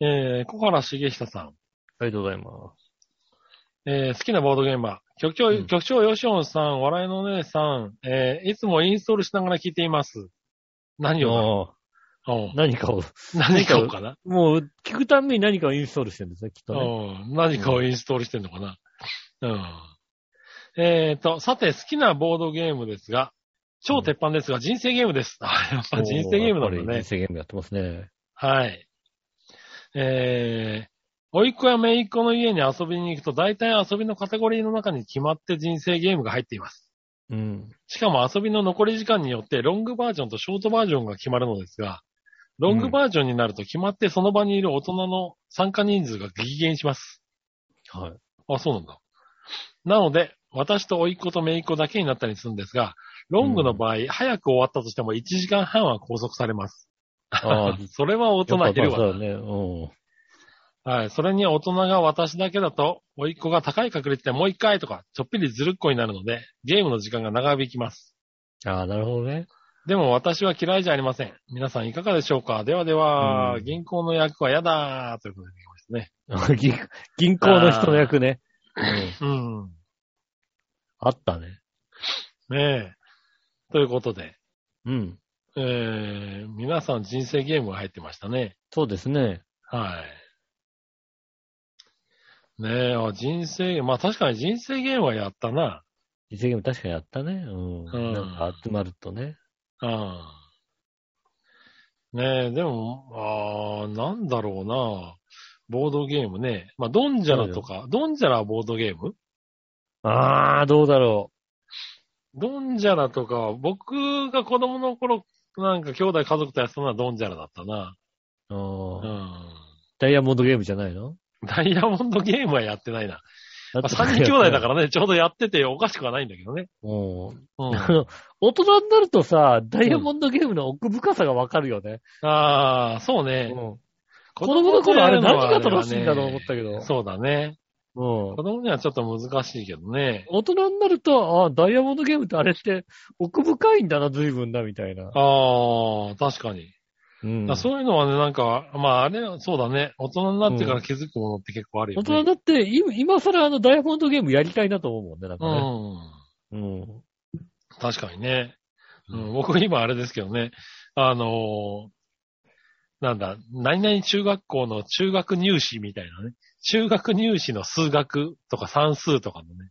C: えー、小原茂久さん。
B: ありがとうございま
C: えー好きなボードゲームは、局長、
B: うん
C: 局長よしおんさん、笑いのお姉さん、えーいつもインストールしながら聞いています。何
B: す。
C: を
B: ああ
C: だうん
B: 何かを、
C: 何かをかな
B: もう、聞くたんびに何かをインストールしてるんですね、きっとね。
C: うん何かをインストールしてんのかなうん。えっ、と、さて、好きなボードゲームですが、超鉄板ですが、人生ゲームです。あ、やっぱ人生ゲーム
B: やっ
C: なんだ
B: ぱり
C: ね
B: 人。生ゲームやってますね。
C: はい。えー、おいっ子やめいっ子の家に遊びに行くと、大体遊びのカテゴリーの中に決まって人生ゲームが入っています。
B: うん。
C: しかも遊びの残り時間によってロングバージョンとショートバージョンが決まるのですが、ロングバージョンになると決まってその場にいる大人の参加人数が激減します。
B: はい。
C: あ、そうなんだ。なので、私と甥いっ子と姪っ子だけになったりするんですが、ロングの場合、早く終わったとしても1時間半は拘束されます。
B: ああ
C: *laughs* それは大人いる
B: やっぱ
C: わ。
B: そうだね。うん。
C: はい。それに大人が私だけだと、甥いっ子が高い確率でもう一回とか、ちょっぴりずるっこになるので、ゲームの時間が長引きます。
B: ああ、なるほどね。 *laughs*
C: でも私は嫌いじゃありません。皆さんいかがでしょうかではでは、
B: うん
C: 銀行の役は嫌だーということでできましたね。
B: 銀銀行の人の役ね。うん
C: うん。
B: あったね。
C: ねえ。ということで、
B: うん。
C: えー、皆さん人生ゲームが入ってましたね。
B: そうですね。
C: はい。ねえ、あ人生ゲーム、まあ確かに人生ゲームはやったな。
B: 実践ゲーム確かにやったね。うん。
C: うん
B: なんか集まるとね。
C: うん。ねえ、でも、あーなんだろうな。ボードゲームね。まあ、ドンジャラとか、ドンジャラはボードゲーム
B: ああ、どうだろ
C: ドンジャラとか、僕が子供の頃、なんか兄弟家族とやってたのはドンジャラだったな。
B: う。う。
C: うんん。
B: ダイヤモンドゲームじゃないの
C: ダイヤモンドゲームはやってないな。
B: だ。
C: まあ、3人兄弟だから
B: *laughs*
C: らね、ちょうどやってておかしくはないんだけどね。
B: うん。
C: うん。
B: あ *laughs*
C: あ
B: の大人になるとさ、ダイヤモンドゲームの奥深さがわかるよね。
C: あー、そうね。
B: うん
C: 子
B: 子供の頃あれ何
C: は
B: が楽しいんだろう
C: あれ
B: 思
C: は
B: ったけど。
C: ねそうだね。
B: うん
C: 子。供にはちょっと難しいけどね。
B: 大人になると、ああ、ダイヤモンドゲームってあれって奥深いんだな、随分な、みたいな。
C: ああ、確かに。
B: うん
C: だからそういうのはね、なんか、まああれ、そうだね。大人になってから気づくものって結構あるよ
B: 大
C: ね。
B: 人だって、今今更あのダイヤモンドゲームやりたいなと思うもんね、なんかね。
C: うん。
B: うん。
C: 確かにね。
B: う
C: う
B: ん
C: ん、僕今あれですけどね、あのーなんだ、何々中学校の中学入試みたいなね、中学入試の数学とか算数とかのね、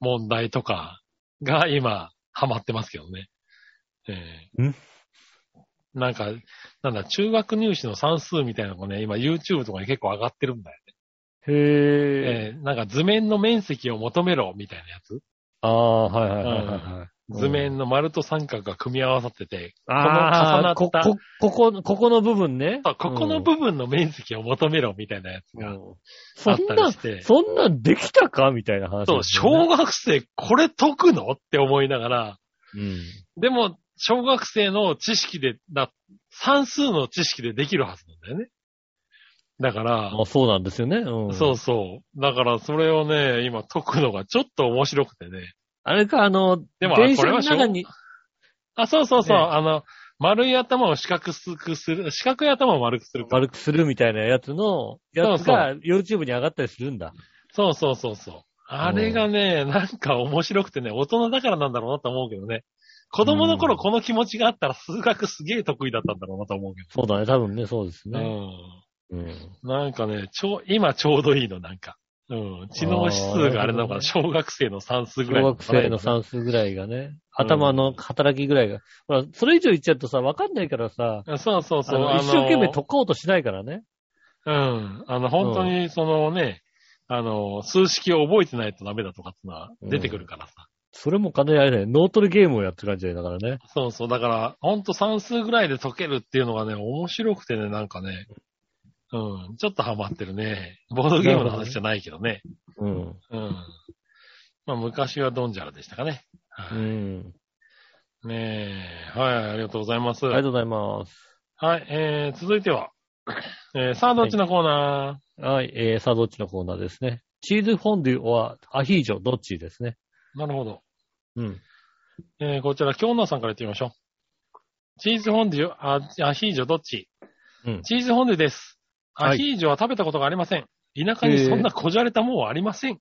C: 問題とかが今、ハマってますけどね。えー
B: ん
C: なんか、なんだ、中学入試の算数みたいなのがね、今 YouTube とかに結構上がってるんだよ
B: へえ。
C: ね。えーなんか図面の面積を求めろみたいなやつ。
B: ああ、はいはいはいはいはい。
C: 図面の丸と三角が組み合わさってて、
B: ああ、
C: この重
B: こ、
C: なった
B: こ、ここ、ここの部分ね。
C: あここの部分の面積を求めろみたいなやつ
B: うん
C: があ
B: そ
C: っ
B: ん
C: た
B: な
C: り、して、
B: そんなんできたかみたいな話
C: そう、
B: ですよね、
C: 小学生これ解くのって思いながら、でも、小学生の知識で、だ算数の知識でできるはずなんだよね。だから
B: うん。、あそうなんですよね。うん。
C: そうそう。だから、それをね、今解くのがちょっと面白くてね。
B: あれか、あの、
C: でも
B: 電
C: こ
B: 車
C: れ
B: の
C: は小
B: 中に、
C: あ、そうそうそう。
B: ね
C: あの、丸い頭を四角くする、四角い頭を丸くするか。
B: 悪くするみたいなやつの、やつが YouTube に上がったりするんだ。
C: そうそうそうそう。あれがね、なんか面白くてね、大人だからなんだろうなと思うけどね。子供の頃
B: うん
C: この気持ちがあったら数学すげえ得意だったんだろうなと思うけ
B: そうだね、多分ね、そうです
C: ど。
B: ね。
C: うん。
B: うん。
C: なんかね、ちょう、今ちょうどいいの、なんか。うん。知能指数があれなのかな、
B: あー
C: 小学生の算数ぐら
B: 小
C: いなの
B: 学
C: かな
B: 生の算数ぐらいがね、頭の働きぐらいが。ほら、それ以上言っちゃうとさ、わかんないからさ、
C: あそうそう
B: あ
C: そう。
B: の
C: あの
B: 一生懸命解こうとしないからね。
C: うん。あの、本当に、そのね、あの、数式を覚えてないとダメだとかってのは出てくるからさ。
B: それも完全にあれだよね、脳トレゲームをやってる感じだからね。
C: そうそう。だから、ほんと算数ぐらいで解けるっていうのがね、面白くてね、なんかね、うん。ちょっとハマってるね。ボードゲームの話じゃないけどね。
B: うん。
C: うん。まあ、昔はドンジャラでしたかね。は
B: う
C: い
B: ん。
C: ねえ。はい、ありがとうございます。
B: ありがとうございます。
C: はい、えー、続いては、えー、さあ、どっちのコーナ
B: はい、えー、さあどっちのコーナーですね。チーズフォンデュはアヒージョ、どっちですね。
C: ー、なるほど。
B: うん。
C: えー、こちら、京奈さんから言ってみましょう。チーズフォンデュ、あアヒージョどっち
B: うん。
C: チーズフォンデュです。
B: はい
C: アヒージョは食べたことがありません。田舎にそんなこじゃれたもんはありません。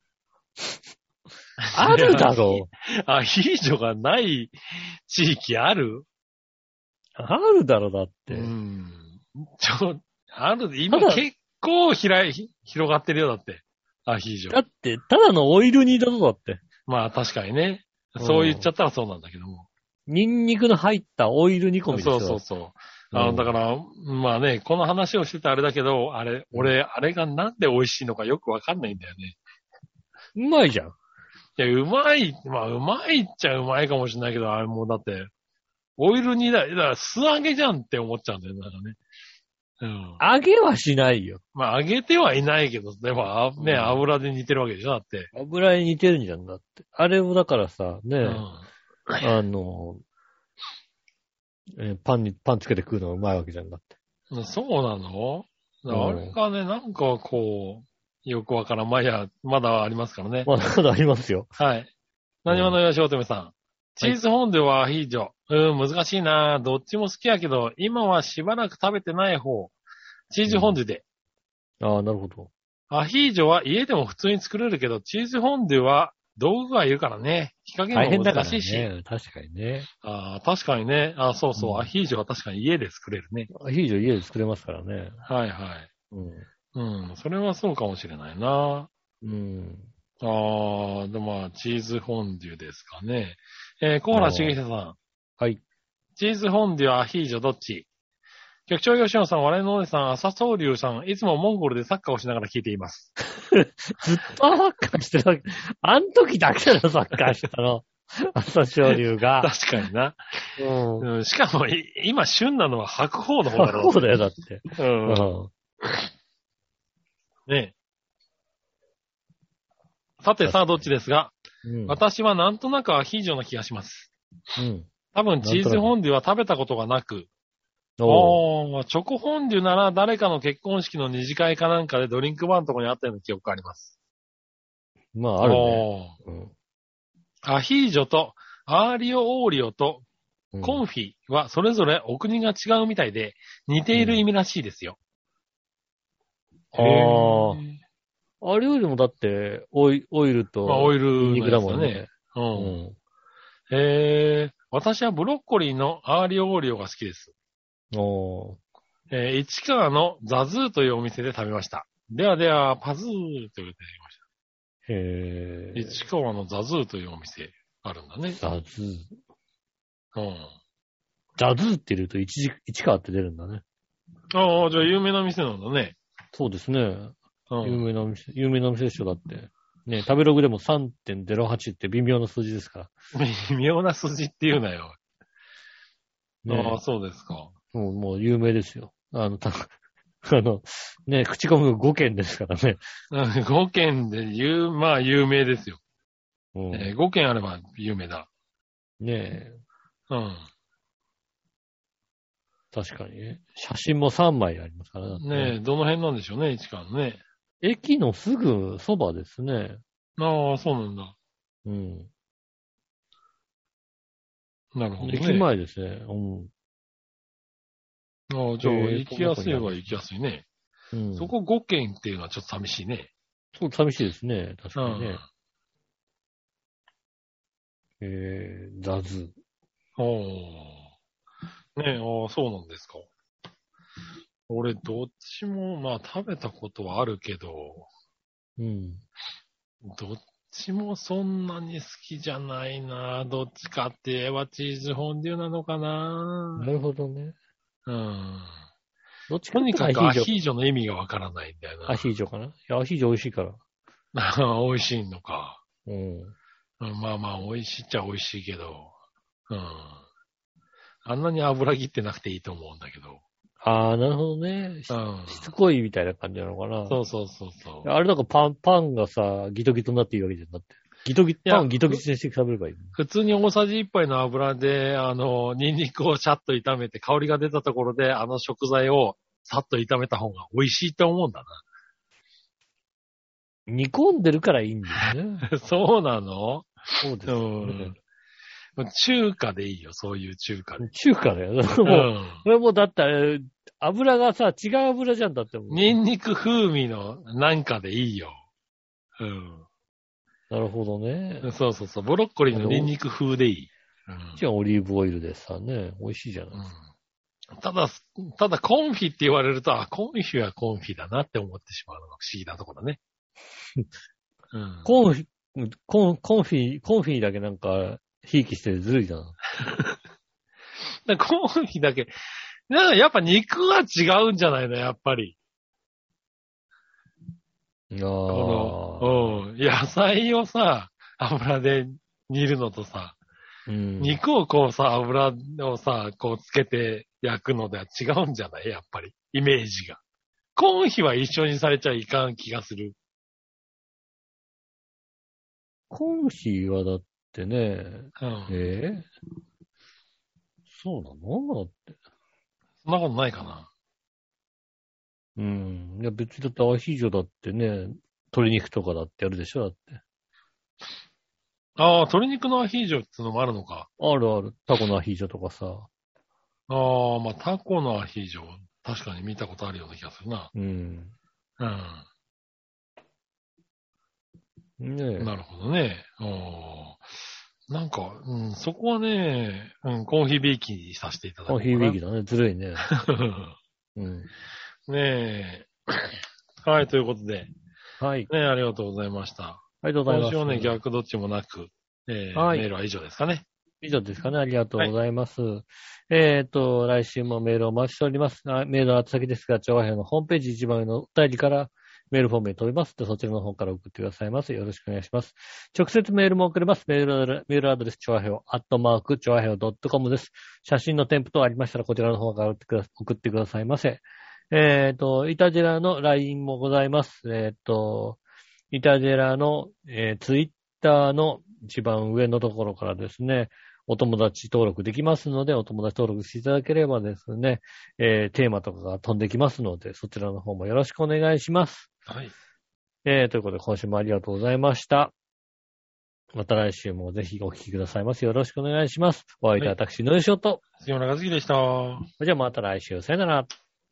B: あるだろう。
C: *laughs* アヒージョがない地域ある
B: *laughs* あるだろう、だっ
C: う
B: て。
C: ん。ちょ、ある、今
B: ただ
C: 結構ひらいひ広がってるよ、だって。アヒージ
B: だ
C: ョ。
B: って、ただのオイル煮だぞ、だって。
C: まあ確かにね。
B: うん
C: そう言っちゃったらそうなんだけども。
B: ニンニクの入ったオイル煮込みでし
C: そ
B: ょ。
C: うそうそう。あの、
B: うん
C: だから、まあね、この話をしてたあれだけど、あれ、俺、あれがなんで美味しいのかよくわかんないんだよね。
B: うまいじゃん。
C: いや、うまい、まあ、うまいっちゃうまいかもしれないけど、あれもうだって、オイル煮だ、だから素揚げじゃんって思っちゃうんだよね、なんかね。うん。
B: 揚げはしないよ。
C: まあ、揚げてはいないけど、でも、あね、
B: うん
C: 油で煮てるわけでしょ、だって。
B: 油に似てるんじゃんだって。あれをだからさ、ね、
C: うん。
B: あの、えーパンに、パンつけて食うのがうまいわけじゃんだって。
C: そうなの
B: うん
C: あれがね、なんかこう、よくわからん。まあ、いや、まだありますからね。
B: まあ、そうだありますよ。
C: はい。何話のよしおとめさん。チーズフォンデュはアヒージョ。うん、難しいなどっちも好きやけど、今はしばらく食べてない方。チーズフォンデュで。
B: ああ、なるほど。
C: アヒージョは家でも普通に作れるけど、チーズフォンデュは道具がいるからね。火加
B: 大
C: 減
B: 変
C: も
B: だか
C: 難
B: ら
C: しいし。
B: ね。確かにね。
C: あー確かにね。あーそうそう、
B: うん
C: アヒージョは確かに家で作れるね。
B: アヒージョ家で作れますからね。
C: はいはい。
B: うん。
C: うん、それはそうかもしれないな
B: うん。
C: ああ、でまあ、チーズフォンデュですかね。えー、コーラ茂久さん。
B: はい。
C: チーズフォンデュ、アヒージョ、どっち局長吉野さん、我のおじさん、朝総龍さん、いつもモンゴルでサッカーをしながら聞いています。
B: あサッカーしてた。あん時だけだろ、サッカーしたの。朝青龍が。
C: 確かにな。
B: うん。
C: うん、しかも、い今、旬なのは白鵬の方だろ
B: そうだよ、だって。う
C: う。う
B: ん。
C: ん。ねえさてさあ、どっちですが、
B: うん。
C: 私はなんとなくアヒージョな気がします。
B: うん。
C: 多分、チーズフォンデュは食べたことがなく、
B: おー
C: おー、チョコフォンデュなら誰かの結婚式の二次会かなんかでドリンクバーのとこにあったような記憶があります。
B: まあ、あるね。
C: おー
B: うん
C: アヒージョとアーリオオーリオと
B: うん
C: コンフィはそれぞれお国が違うみたいで似ている意味らしいですよ。
B: うん
C: へー
B: あーあれよりもだって、オイオイルと、
C: まあ、オイ
B: ニン
C: ル
B: ニクだもん
C: のやつ
B: ね。う
C: だね。
B: ん。
C: うん。えー、私はブロッコリーのアーリオオーリオが好きです。
B: おー
C: えー、市川のザズーというお店で食べました。ではでは、パズーということで
B: へ
C: 言ってきました。市川のザズーというお店あるんだね。
B: ザズー。
C: うん。
B: ザズーって入れると一時、一カーって出るんだね。
C: ああ、じゃあ有名な店なんだね。
B: そうですね。
C: う
B: 有
C: ん。
B: 名なお店、有名なお店でしょ、だって。ね、食べログでも3.08って微妙な数字ですから。
C: 微妙な筋って言うなよ。あ
B: ね
C: あ、、そうですか。 *laughs*
B: もう、もう有名ですよ。あの、た *laughs* あの、ね、口コミが5件ですからね。
C: 5件で有、まあ有名ですよ。
B: うん
C: え5件あれば有名だ。
B: ね
C: うん。
B: 確かにね。写真も3枚ありますから
C: ねえ、どの辺なんでしょうね、市川のね。
B: え。駅のすぐそばですね。
C: ああ、そうなんだ。
B: うん。
C: なるほどね。
B: 駅前ですね。うん。
C: ああ、じゃあ、
B: えー
C: 行きやすいは行きやすいね。
B: うん、
C: そこ5件っていうのはちょっと寂しいね。
B: ちょっと寂しいですね。確
C: う
B: かにね
C: ん。。
B: えー、ザズ。
C: おーねえ、ああ、そうなんですか。俺、どっちも、まあ、食べたことはあるけど、
B: うん。
C: どっちもそんなに好きじゃないな。どっちかって言えばチーズフォンデュなのかな
B: な。るほどね。
C: うん。
B: どっちか
C: と
B: ってい
C: に
B: うと
C: かくア
B: アヒージョ。
C: ヒージョの意味がわからないんだよ
B: アヒージョかないや、アヒージョ美味しいから。
C: な。 *laughs* 美味しいのか。
B: うん。
C: うんまあまあ、美味しいっちゃ美味しいけど。うん。あんなに油切ってなくていいと思うんだけど。
B: あー、なるほどね。し
C: うん。
B: しつこいみたいな感じなのかな。
C: そうそうそうそう。
B: あれなんかパン、パンがさ、ギトギトになっていいわけじゃなくて。ギトギト、
C: いや
B: パンをギトギトにして食べればいい。
C: 普通に大さじ1杯の油で、あの、ニンニクをちゃっと炒めて、香りが出たところで、あの食材をさっと炒めた方が美味しいと思うんだ
B: 煮込んでるからいいんだよ
C: *laughs*
B: ね。
C: な。そうなの
B: そうです
C: う
B: よ
C: ん
B: ね。。
C: 中華でいいよ、そういう中華で。
B: 中華だよ。 *laughs*
C: う
B: もう、
C: ん。
B: これもうだってあれ、油がさ、違う油じゃんだってもう。
C: ニンニク風味のなんかでいいよ。
B: なるほどね
C: う。ん。そうそうそう、ブロッコリーのニンニク風でいい。うん
B: じゃあオリーブオイルでさ、ね、美味しいじゃない。
C: うんただ、ただコンフィって言われると、あ、コンフィはコンフィだなって思ってしまうのが不思議なとこだ
B: *laughs*
C: ね。うん、
B: コンフィ、コン、コンフィ、コンフィだけなんか、ひいきしてずるいじゃん。
C: だからコンフィだけ、なんかやっぱ肉は違うんじゃないの、やっぱり。
B: ああ。
C: この、うん、野菜をさ、油で煮るのとさ、
B: うん
C: 肉をこうさ、油をさ、こうつけて焼くのでは違うんじゃないやっぱり。イメージが。コンフィは一緒にされちゃいかん気がする。
B: コンフィはだってね、
C: うん。
B: ええそうなのだって。
C: そんなことないかな。
B: うん。いや、別にだってアヒージョだってね、鶏肉とかだってやるでしょだって。
C: ああ、鶏肉のアヒージョってのもあるのか。
B: あるある。タコのアヒージョとかさ。
C: ああ、まあ、タコのアヒージョ、確かに見たことあるような気がするな。
B: うん。
C: う
B: ねえ
C: ん。。なるほどね。おーなんか、うん、そこはね、うん、コンフィビーキにさせていただ
B: コ
C: こう
B: ン
C: か
B: フ
C: な
B: ィビーキだね。ずるいね。うん。
C: *laughs* ねえ。 *coughs* はい、ということで、
B: はい。
C: ねありがとうございました。
B: ありがとうござい
C: 今
B: ます。
C: 週はね、逆どっちもなく、えー
B: はい
C: メールは以上ですかね。
B: 以上ですかね。ありがとうございます。えっ、と、来週もメールをお待ちしております。あメールは宛先ですが、調和平のホームページ一番上のお便りからメールフォームに飛びますので、そちらの方から送ってくださいます。よろしくお願いします。直接メールも送れます。メールアドレメールアドレス、調和平、アットマーク、調和平 .com です。写真の添付等ありましたら、こちらの方から送ってくだ送ってくださいませ。えっ、と、イタジェラの LINE もございます。えっ、と、イタジェラの、えー、ツイッターの一番上のところからですね、お友達登録できますので、お友達登録していただければですね、えーテーマとかが飛んできますので、そちらの方もよろしくお願いします。
C: はい。
B: えーということで、今週もありがとうございました。また来週もぜひお聞きくださいませ。よろしくお願いします。お相手は私、野吉と。
C: 杉村和樹でした。
B: それじゃあまた来週、さよなら。